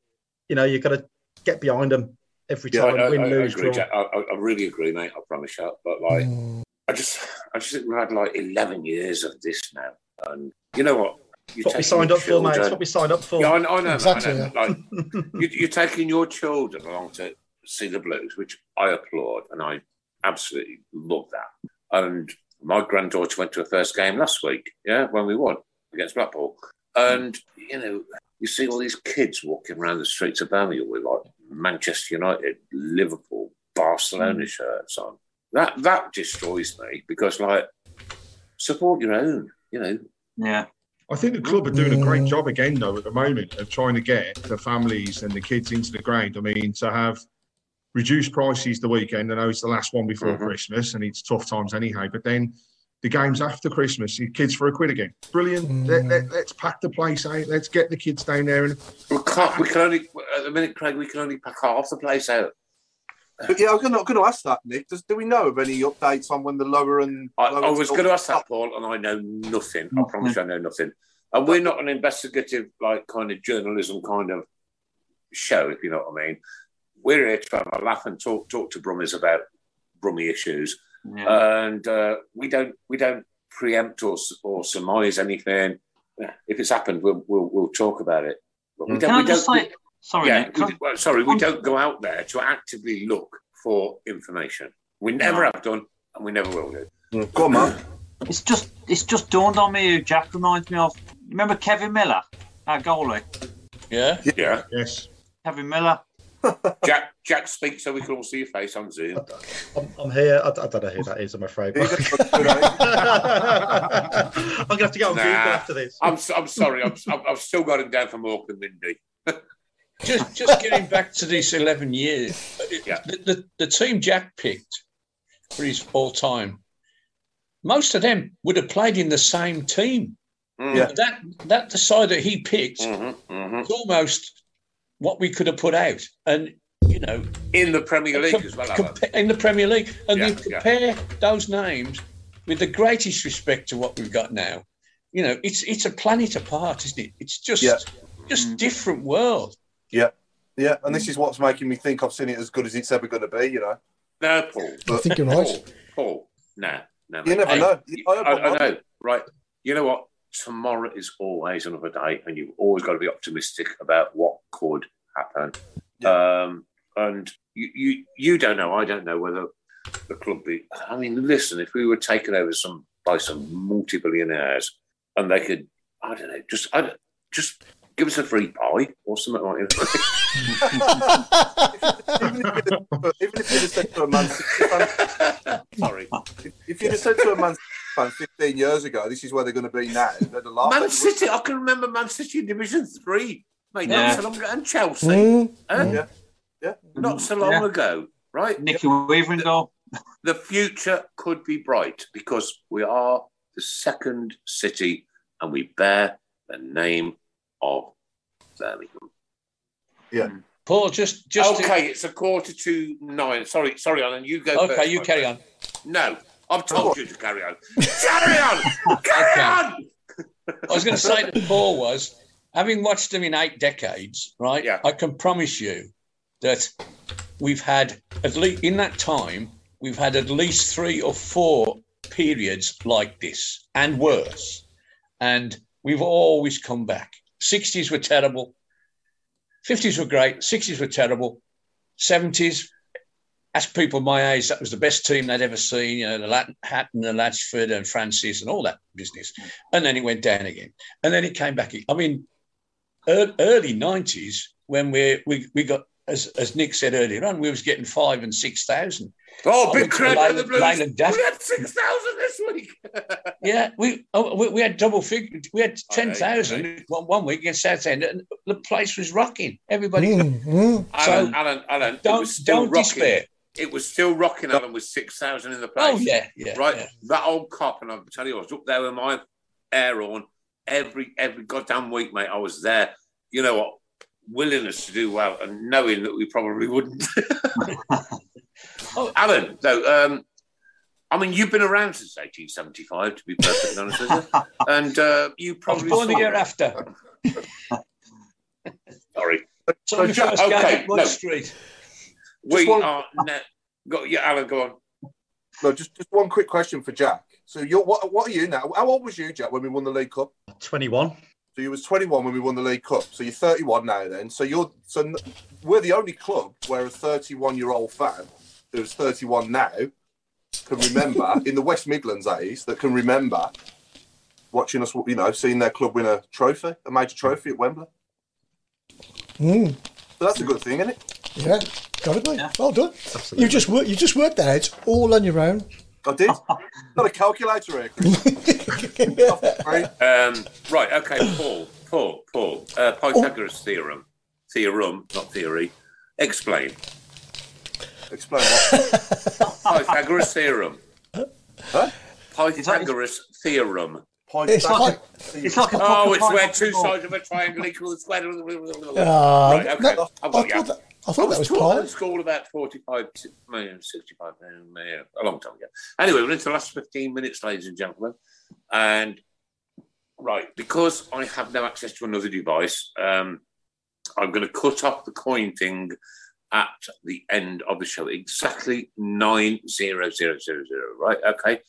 S3: You know, you've got to get behind them every
S1: Yeah, I,
S3: time,
S1: I,
S3: win,
S1: I
S3: lose,
S1: agree,
S3: draw.
S1: Jack. I, I- I really agree, mate. I promise you. But like,
S3: Hmm.
S2: mm.
S1: I just, I just think we've had like eleven years of this now, and you know what? You're
S3: What
S1: taking
S3: we signed
S1: your
S3: up for, mate. It's
S1: children-
S3: what we signed up for.
S1: Yeah, I, I know. mate,
S2: Exactly,
S1: I know. Like, you, you're taking your children along to see the blues, which I applaud, and I absolutely love that. And my granddaughter went to her first game last week. Yeah, when we won against Blackpool, and you know, you see all these kids walking around the streets of Birmingham with like Manchester United, Liverpool, Barcelona shirts on. That that destroys me because like support your own. You know,
S13: Yeah.
S8: I think the club are doing a
S2: Mm.
S8: great job again, though, at the moment of trying to get the families and the kids into the ground. I mean, to have reduced prices the weekend, I know it's the last one before
S3: Mm-hmm.
S1: Mhm.
S8: Christmas and it's tough times anyhow, but then the games after Christmas, your kids for a quid again. Brilliant. Let,
S3: Mm.
S8: let, let's pack the place out. Let's get the kids down there. And
S1: we can't. We can only at the minute, Craig. We can only pack half the place out.
S4: but yeah, I was going to ask that, Nick. Does, do we know of any updates on when the lower and
S1: I,
S4: lower
S1: I was
S4: top-
S1: going to ask that, Paul, and I know nothing. I promise you, I know nothing. And we're not an investigative, like, kind of journalism kind of show, if you know what I mean. We're here to have a laugh and talk talk to Brummies about Brummy issues,
S13: Yeah.
S1: and uh, we don't we don't preempt or, s- or surmise anything. If it's happened, we'll we'll, we'll talk about it. But we
S13: Can
S1: don't.
S13: I
S1: We
S13: just
S1: don't.
S13: say?
S1: we-
S13: Sorry,
S1: yeah,
S13: Nick,
S1: we,
S13: can I-
S1: d- well, sorry, we
S13: I'm-
S1: don't go out there to actively look for information. We never
S13: No.
S1: have done, and we never will do.
S4: Go on, man.
S13: It's just it's just dawned on me who Jack reminds me of. Remember Kevin Miller, our goalie,
S5: Yeah,
S1: Yeah.
S8: yes,
S13: Kevin Miller.
S1: Jack, Jack, speak so we can all see your face on Zoom.
S3: I'm, I'm here. I, I don't know who that is. I'm afraid.
S4: Are you gonna go through that?
S3: I'm gonna have to go on
S1: Nah.
S3: Google after this.
S1: I'm, so- I'm sorry, I'm, I've, I've still got him down for Morecambe Mindy.
S5: Just, just getting back to this 11 years,
S1: Yeah.
S5: the, the, the team Jack picked for his all time, most of them would have played in the same team.
S1: Mm.
S4: Yeah.
S5: That, that the side that he picked
S1: Mm-hmm, mm-hmm.
S5: was almost what we could have put out. And, you know,
S1: In the Premier League as well.
S5: Com-
S1: Alan.
S5: in the Premier League, and
S1: Yeah,
S5: you
S1: yeah.
S5: compare those names with the greatest respect to what we've got now. You know, it's it's a planet apart, isn't it? It's just
S4: Yeah.
S5: just different world.
S4: Yeah. Yeah. And this is what's making me think I've seen it as good as it's ever going to be, you know.
S1: No, Paul.
S2: I think you're right.
S1: Paul, Paul, no, no.
S4: You
S1: mate.
S4: never
S1: I-
S4: know. I
S1: I,
S4: hope
S1: I
S4: I'm
S1: know, right? You know what? Tomorrow is always another day, and you've always got to be optimistic about what could happen. Um, and you, you, you don't know. I don't know whether the club be. I mean, listen, if we were taken over some by some multi-billionaires, and they could, I don't know, just, I don't- just give us a free pie or something like that.
S2: Oh.
S4: even if you'd have- but even if you'd have said to a Man City fan,
S1: Sorry,
S4: if you'd have said to a Man City fan 15 years ago, this is where they're going to be now, they'd have laughed.
S1: Man City. I can remember Man City in Division Three. Mate,
S14: Yeah.
S1: not so long ago, and Chelsea.
S2: Mm,
S1: Huh?
S4: Yeah. Yeah.
S1: Not so long
S14: Yeah.
S1: ago, right?
S14: Nicky Weaver in goal.
S1: The future could be bright because we are the second city and we bear the name of Birmingham. Hmm.
S5: Paul, just just to-
S1: okay, it's a quarter to nine. Sorry, sorry, Alan, you go
S5: okay,
S1: first,
S5: you
S1: my
S5: carry
S1: friend.
S5: on.
S1: No, I've told you to carry on. carry on! Carry
S5: Okay.
S1: on!
S5: I was going to say to Paul was having watched them in eight decades, right?
S1: Yeah.
S5: I can promise you that we've had at least in that time we've had at least three or four periods like this and worse, and we've always come back. Sixties were terrible, fifties were great, sixties were terrible, seventies. As people my age, that was the best team they'd ever seen. You know, the Lat- Hatton, the Latchford, and Francis, and all that business. And then it went down again. And then it came back. I mean, ear- early nineties when we we we got as as Nick said earlier on, we was getting five and six thousand.
S1: Oh,
S5: I
S1: big
S5: went to
S1: credit to the
S5: Leyland-
S1: Blues.
S5: Leyland Dash-
S1: we had 6,000 this week.
S5: Yeah, we oh, we, we had double figure. We had
S1: I
S5: ten
S1: know,
S5: thousand
S1: I
S5: one one week against Southend, and the place was rocking. Everybody,
S2: mm, mm.
S1: Alan, Alan, Alan, it
S5: don't
S1: was still
S5: don't
S1: rocking.
S5: despair.
S1: It was still rocking, Alan, with 6,000 in the place.
S5: Oh yeah, yeah,
S1: right?
S5: yeah.
S1: That old cop, and I'm telling you, I was up there with my air on every every goddamn week, mate. I was there. You know what? Willingness to do well and knowing that we probably wouldn't. oh, Alan, though, um, I mean, you've been around since 1875, to be perfectly honest with you, and uh, you
S5: I was
S1: probably
S5: born the
S1: saw-
S5: year after.
S1: Sorry,
S5: So,
S1: So,
S5: we
S1: Jack-
S5: first game
S1: okay,
S5: at Wood
S1: no.
S5: Street.
S1: we
S4: one-
S1: are. Ne- go, yeah, Alan, go on.
S4: No, just, just one quick question for Jack. So you're what what are you now? How old was you, Jack, when we won the League Cup?
S3: 21.
S4: So you was 21 when we won the League Cup. So you're 31 now then. So you're so n- we're the only club where a 31 year old fan who's 31 now can remember in the West Midlands that is that can remember watching us you know seeing their club win a trophy a major trophy at Wembley.
S2: Mm,
S4: So that's a good thing, isn't it?
S2: yeah, gotta be. Well done. You just work. You just worked that out all on your own.
S4: I did. Got a calculator here. Chris. Right?
S1: Um, right, okay, Paul, Paul, Paul. Uh, Pythagoras theorem, theorem, not theory. Explain.
S4: Explain what.
S1: Pythagoras theorem.
S4: Huh?
S1: Pythagoras theorem.
S4: Point
S2: It's
S4: back.
S2: like-
S14: It's like a
S1: Oh,
S14: pocket
S1: it's where
S14: pipe
S1: two
S14: ball.
S1: sides of a triangle equal the square of the.
S2: Uh,
S1: Right, okay. Oh,
S2: no, I
S1: I've
S2: thought
S1: got you.
S2: that. I
S1: I
S2: thought
S1: was
S2: that was
S1: taught at
S2: Pyle.
S1: school about 45 million, 65 million, million, a long time ago. Anyway, we're into the last 15 minutes, ladies and gentlemen. And right, because I have no access to another device, um, I'm going to cut off the coin thing at the end of the show, exactly 90000, right? Okay.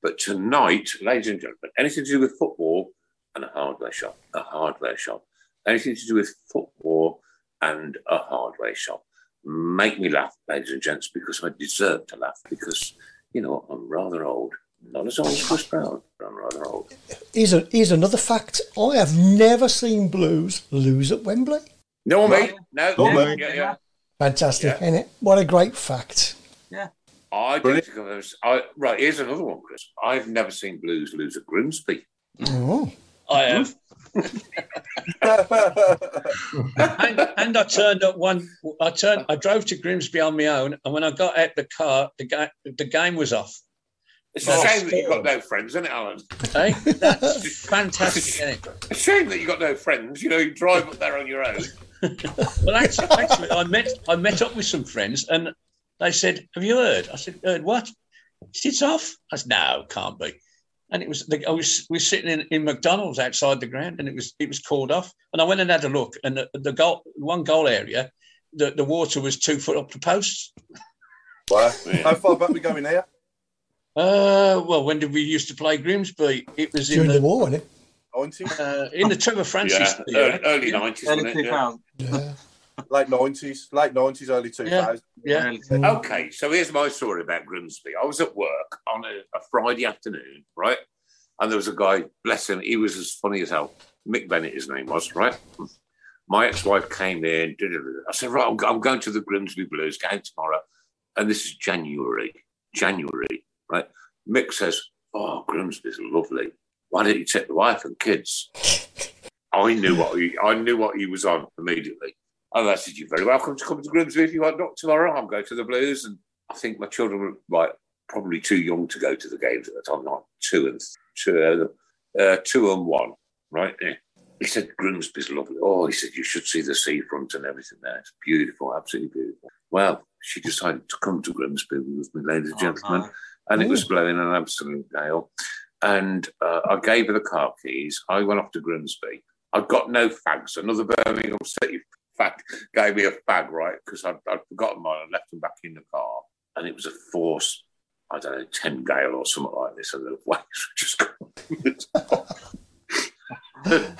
S1: But tonight, ladies and gentlemen, anything to do with football and a hardware shop, a hardware shop, anything to do with football and a hardware shop. Make me laugh, ladies and gents, because I deserve to laugh because, you know, I'm rather old. Not as old as Chris Brown, but I'm rather old.
S2: Here's, a, here's another fact. I have never seen Blues lose at Wembley.
S1: No, mate. No,
S15: No,
S1: no,
S15: mate.
S1: yeah, yeah.
S2: Fantastic,
S1: Yeah.
S2: isn't it? What a great fact.
S1: I don't think I've ever, I,
S2: Mm.
S1: right, here's another one, Chris. I've never seen Blues lose at Grimsby.
S2: Oh,
S5: I have. and, and I turned up one. I turned. I drove to Grimsby on my own, and when I got out the car, the guy, the game was off.
S1: It's a shame that you got no friends, isn't it, Alan?
S5: Hey, that's fantastic. isn't it?
S1: A shame that you got no friends. You know, you drive up there on your own.
S5: well, actually, actually, I met I met up with some friends, and they said, "Have you heard?" I said, "Heard what?" He said, "It's off." I said, "No, can't be." And it was the, I was we were sitting in, in McDonald's outside the ground, and it was it was called off. And I went and had a look, and the, the goal one goal area, the, the water was two foot up the posts.
S4: Wow. How far back we going here?
S5: Uh, well, when did we used to play Grimsby? It was in
S2: during
S5: the,
S2: the war, wasn't it?
S5: uh, in the Trevor Francis
S1: Yeah,
S5: era.
S1: ear- early nineties, wasn't it? Yeah.
S2: Yeah.
S4: Late nineties, late nineties, early two thousands.
S5: Yeah.
S1: Okay, so here's my story about Grimsby. I was at work on a, a Friday afternoon, right? And there was a guy, bless him, he was as funny as hell. Mick Bennett, his name was, right? My ex wife came in. da-da-da-da. I said, right, I'm, I'm going to the Grimsby Blues game tomorrow. And this is January, January, right? Mick says, oh, Grimsby's lovely. Why don't you take the wife and kids? I knew what he, I knew what he was on immediately. And I said, You're very welcome to come to Grimsby if you want. Not tomorrow. I'm going to the Blues. And I think my children were like probably too young to go to the games at the time, like two and two, uh, two and one, right? Yeah. He said, Grimsby's lovely. Oh, he said, You should see the seafront and everything there. It's beautiful, absolutely beautiful. Well, she decided to come to Grimsby with me, ladies
S5: Oh,
S1: and gentlemen
S16: Oh,
S1: and it was blowing an absolute gale. And uh, I gave her the car keys. I went off to Grimsby. I got no fags. Another Birmingham City fag gave me a fag, right? Because I'd, I'd forgotten mine. I left them back in the car. And it was a force, I don't know, 10 gale or something like this. And the waves were just gone.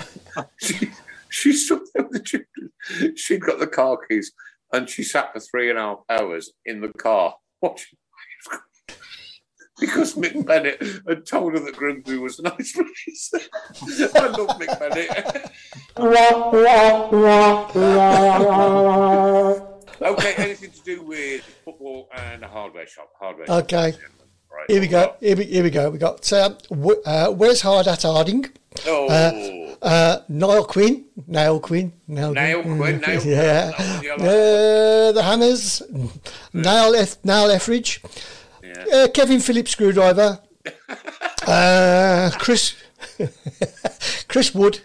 S1: she, she stood there with the children. She'd got the car keys. And she sat for three and a half hours in the car watching because Mick Bennett had told her that Grimsby was a nice place. I love Mick Bennett. okay, anything to do with football and a hardware shop? Hardware. shop,
S2: Okay.
S1: ladies and gentlemen. Right.
S2: Here we go. Here we, here we go. We got um, w- uh, where's hard at Harding?
S1: Oh,
S2: Uh, Niall Quinn, Niall Quinn, Niall,
S1: Niall Quinn, Niall Quinn.
S2: yeah,
S1: That was the other
S2: uh, the Hammers, Niall, Eth- Niall Effridge, uh, Kevin Phillips Screwdriver, uh, Chris, Chris Wood,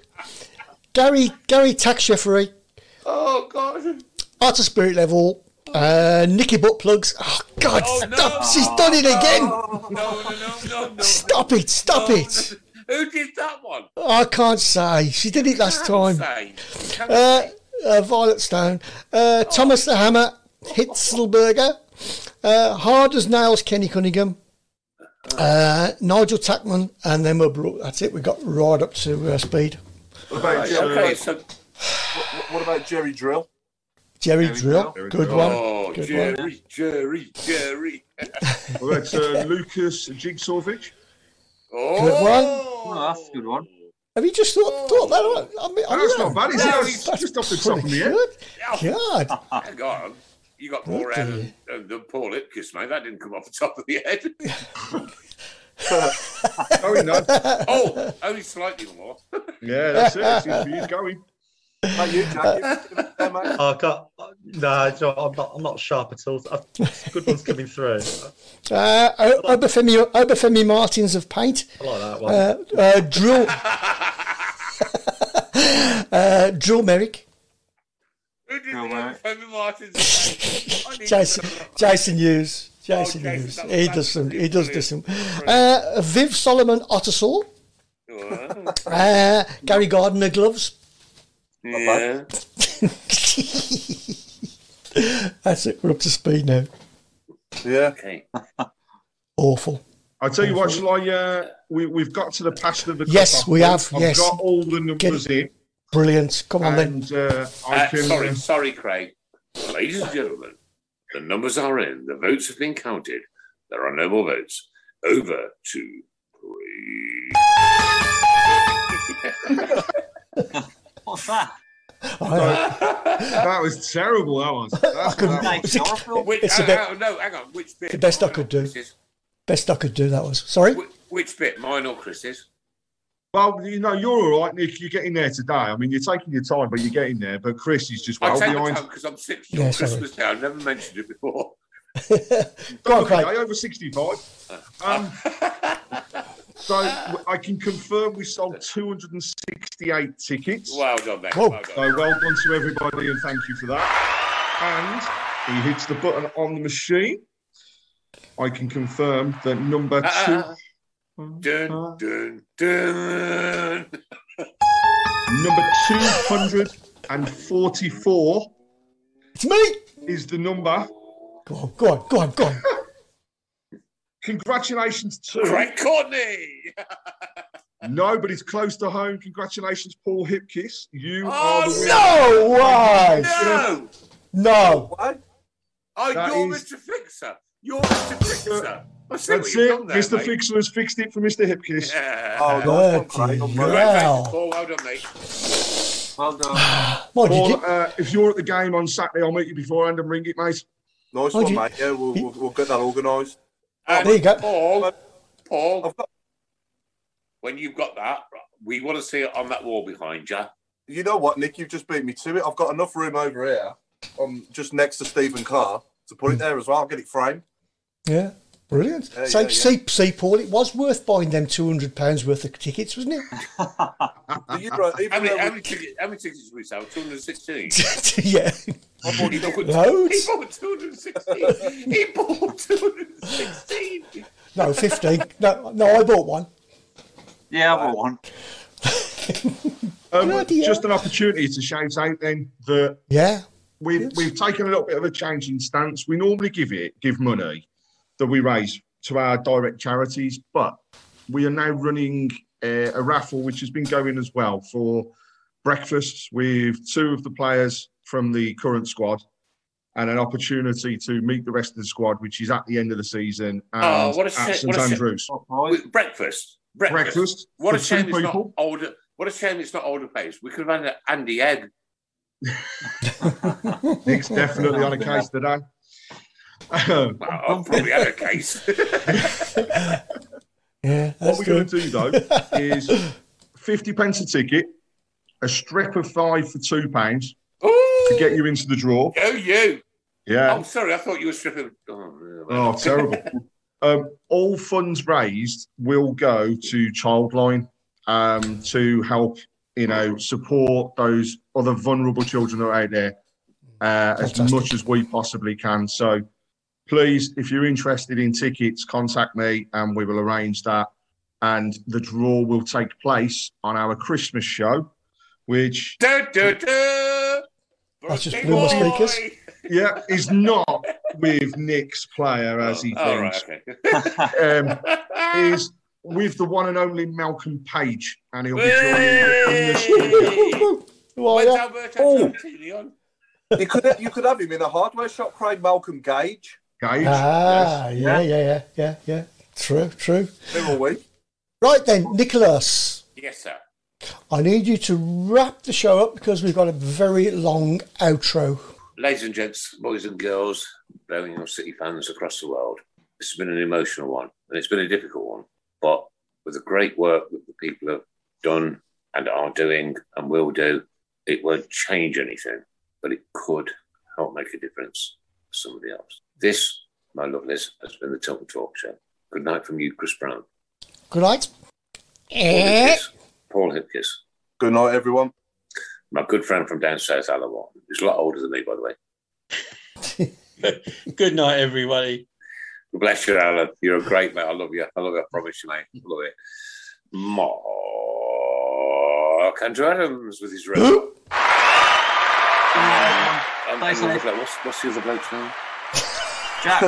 S2: Gary Gary Tax Jeffrey,
S1: oh God.
S2: Art of Spirit Level, uh, Nicky Butt Plugs. Oh God,
S1: Oh, no.
S2: stop! She's done it again.
S1: No, no, no, no, no.
S2: Stop it! Stop
S1: Oh, No,
S2: it!
S1: no. Who did that one?
S2: I can't say. She did it last time.
S1: Say.
S2: Uh, uh, Violet Stone, uh, Thomas the Hammer, Hitzelberger, uh, Hard as Nails, Kenny Cunningham, uh, Nigel Tackman, and then we're brought, that's it. We got right up to uh, speed.
S4: What about Jerry?
S1: okay, so
S4: What, what about Jerry Drill?
S2: Jerry
S8: There we
S2: Drill,
S8: go. There we
S2: good
S8: go.
S2: one.
S1: oh,
S2: good
S1: Jerry, Jerry, Jerry.
S8: Well, that's uh, Lucas Jigsawvich.
S1: Oh,
S2: Good
S16: Oh, that's a good one.
S2: Have you just thought, thought that out? I mean, I
S8: That's
S2: mean,
S8: not bad, is
S1: No,
S8: it?
S1: he's
S8: It's just off the top of my head.
S1: Yeah.
S2: Good. God.
S1: Hang on. You got more out of, of the Paul Ipkiss, mate. That didn't come off the top of the head.
S8: Oh, no.
S1: oh, only slightly more.
S8: Yeah, that's it. That's his views going.
S4: Mate, you, Jack, you- yeah, mate.
S3: I can't, no, do you know what, I'm not, I'm not sharp at all. I've- Good one's coming through.
S2: Uh, O- Oberfemi, Oberfemi Martins of Paint,
S3: I like that one.
S2: uh, uh, Drill, uh, Drill Merrick,
S1: Who did
S16: No,
S1: the
S16: mate.
S1: Femi Martins? I need
S2: Jason,
S1: to know.
S2: Jason Hughes. Jason
S1: Oh, Jason,
S2: Hughes.
S1: that was
S2: He does some. He does do some.
S1: absolutely
S2: Uh, Viv Solomon Ottersall.
S1: Oh,
S2: Uh, Gary Gardner gloves.
S1: yeah.
S2: That's it. We're up to speed now.
S4: yeah.
S1: Okay.
S2: Awful.
S8: I tell you what, shall I? Uh, we, we've got to the passion of the cup.
S2: Yes,
S8: I've-
S2: we have,
S8: I've
S2: yes.
S8: got all the numbers in,
S2: Brilliant. Come on then.
S8: and uh, I
S1: Uh,
S8: can.
S1: sorry, sorry, Craig. Ladies and gentlemen, the numbers are in. The votes have been counted. There are no more votes. Over to Craig.
S16: What's that?
S2: I-
S8: That was terrible. That was. That's that was.
S16: Like chlorophyll?
S1: Which,
S2: It's a
S1: uh,
S2: bit-
S1: uh, no, hang on. Which bit?
S2: the best I
S1: Mine or
S2: could do.
S1: Chris's?
S2: best I could do that was. Sorry.
S1: Wh- Which bit? Mine or Chris's?
S8: Well, you know, you're all right, Nick. You're getting there today. I mean, you're taking your time, but you're getting there. But Chris is just well
S1: I take
S8: behind.
S1: the time because I'm six
S2: Yeah,
S1: yeah,
S2: sorry.
S1: Christmas now. I never mentioned it before.
S2: Go on, Craig.
S8: Okay, over 65.
S1: Uh,
S8: Um, so I can confirm we sold 268 tickets.
S1: Well done, mate.
S2: Whoa.
S1: Well done.
S8: So well done to everybody and thank you for that. And he hits the button on the machine. I can confirm that number two,
S1: Ah, dun, dun, dun.
S8: number 244
S2: It's me.
S8: is the number.
S2: Go on, go on, go on, go on.
S8: Congratulations to
S1: Craig Courtney.
S8: nobody's close to home. Congratulations, Paul Hipkiss. You are the
S1: Oh,
S8: winner.
S2: No way.
S1: No.
S2: No.
S4: What?
S1: Oh,
S8: That
S1: you're
S8: is- Uh,
S1: Mr. Fixer. You're Mr. Fixer. I
S8: That's
S1: see what you've
S8: it.
S1: done there,
S8: Mr.
S1: mate.
S8: Fixer has fixed it for Mr. Hipkiss.
S1: Yeah.
S4: Oh, no,
S2: Bloody
S4: I'm
S1: Well,
S4: right.
S2: hell. Oh,
S1: Paul, well done, mate.
S4: Well done.
S2: Mind you,
S8: Paul,
S2: did-
S8: uh, if you're at the game on Saturday, I'll meet you beforehand and ring it, mate.
S4: Nice
S2: Oh, do
S4: one,
S2: you-
S4: mate. Yeah, we'll, we'll, we'll get that organised.
S1: And
S2: there you go.
S1: Paul, Paul,
S4: I've got-
S1: when you've got that, we want to see it on that wall behind you.
S4: You know what, Nick? You've just beat me to it. I've got enough room over here. I'm just next to Stephen Carr to put it there as well. I'll get it framed.
S2: yeah. Brilliant.
S4: Yeah,
S2: so,
S4: yeah, yeah.
S2: see, see, Paul, it was worth buying them two hundred pounds worth of tickets, wasn't it?
S4: But you
S8: Uh-huh.
S4: know,
S1: How
S4: even
S1: many, how
S4: though
S1: many, tickets, how many tickets did we sell? 216.
S2: yeah.
S4: I've already
S1: He bought-
S2: Loads.
S1: He bought 216. he bought 216.
S2: No, fifteen. no, no, I bought one.
S5: Yeah, I want one.
S8: Um,
S2: Bloody
S8: just
S2: hell.
S8: an opportunity to shout out then that
S2: Yeah.
S8: we've, we've taken a little bit of a change in stance. We normally give it, give money that we raise to our direct charities, but we are now running uh, a raffle which has been going as well for breakfasts with two of the players from the current squad and an opportunity to meet the rest of the squad, which is at the end of the season and
S1: Oh, what a
S8: at
S1: shame-
S8: St
S1: what a shame.
S8: Andrews.
S1: With breakfast. Breakfast.
S8: Breakfast
S1: What a
S8: for two
S1: shame it's not
S8: people.
S1: older. What a shame it's not older players. We could have had Andy Egg.
S8: Nick's definitely on a case today. Um,
S1: Well, I've probably had a case.
S2: Yeah.
S8: what
S2: that's
S8: we're going
S2: good.
S8: to do though is 50 pence a ticket, a strip of five for two pounds
S1: Ooh,
S8: to get you into the draw.
S1: go you. I'm
S8: Yeah.
S1: sorry. I thought you were stripping. Oh, yeah,
S8: Oh, terrible. Um, all funds raised will go to Childline um, to help, you know, support those other vulnerable children that are out there uh, as
S2: Fantastic.
S8: much as we possibly can. So please, if you're interested in tickets, contact me and we will arrange that. And the draw will take place on our Christmas show, which,
S1: Da, da, da.
S2: That's just
S1: Birthday
S2: blew my
S1: boy.
S2: speakers.
S8: yeah, is not with Nick's player as he
S1: Oh, right,
S8: thinks.
S1: okay.
S8: Um, is with the one and only Malcolm Page, and he'll be joining in the Oh! studio.
S2: Who are
S1: When's
S2: you?
S1: Alberto Sorrentini on?
S4: you could you could have him in a hardware shop, Craig Malcolm Gage,
S8: Gage.
S2: Ah,
S8: yes.
S2: yeah, yeah, yeah, yeah, yeah. True, true.
S4: middle week.
S2: Right then, Nicholas.
S1: Yes, sir.
S2: I need you to wrap the show up because we've got a very long outro.
S1: Ladies and gents, boys and girls, Birmingham City fans across the world, this has been an emotional one and it's been a difficult one, but with the great work that the people have done and are doing and will do, it won't change anything, but it could help make a difference for somebody else. This, my lovelies, has been the Tilton Talk Show. Good night from you, Chris Brown.
S2: Good night.
S1: Paul
S2: Eh.
S1: Hipkiss, Paul Hipkiss
S4: Good night, everyone.
S1: my good friend from down south, Alan Watton, who's a lot older than me, by the way.
S17: Good night, everybody.
S1: Bless you, Alan. You're a great mate. I love you. I love you. I promise you, mate. I love it. Mark Andrew Adams with his red.
S2: Who?
S1: And- and
S5: Thanks,
S1: the other
S5: mate.
S1: bloke- what's, what's the other bloke's name?
S5: Jack,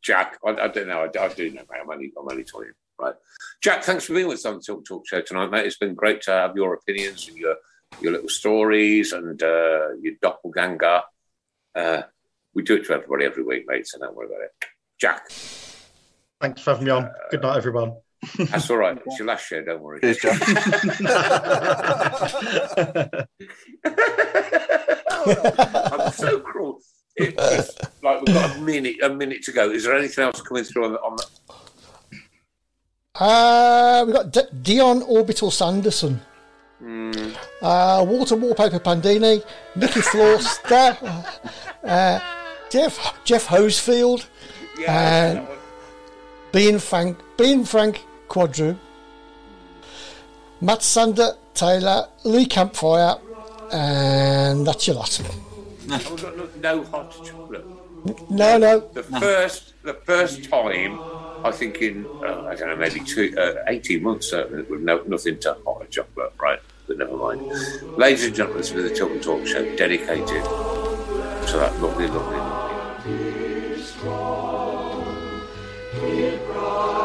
S1: Jack. I, I don't know. I, I do know, mate. I'm only, I'm only talking. Right. Jack, thanks for being with us on the Talk Talk Show tonight, mate. It's been great to have your opinions and your your little stories and uh, your doppelganger. Uh, we do it to everybody every week, mate, so don't worry about it. Jack,
S3: Thanks for having me on. Good night, everyone.
S1: that's all right. It's your last show, don't worry.
S4: Cheers, Jack.
S1: I'm so cruel. It was like we've got a minute, a minute to go. Is there anything else coming through on the, on the
S2: Uh, we've got D- Dion Orbital Sanderson.
S1: Mm.
S2: Uh, Walter Wallpaper Pandini, Nicky Florster, uh, uh, Jeff Jeff Hosefield,
S1: Yeah,
S2: and Bean Frank Bean Frank Quadru, Matt Sander Taylor, Lee Campfire, and that's your lot.
S1: Have we got no, no hot chocolate.
S2: No, no,
S1: The first, the first time, I think in uh, I don't know, maybe two, uh, eighteen months certainly with no, nothing to hot chocolate, right? But never mind. Ladies and gentlemen, this is the Tilton Talk Show dedicated to that lovely, lovely, lovely.
S18: He brought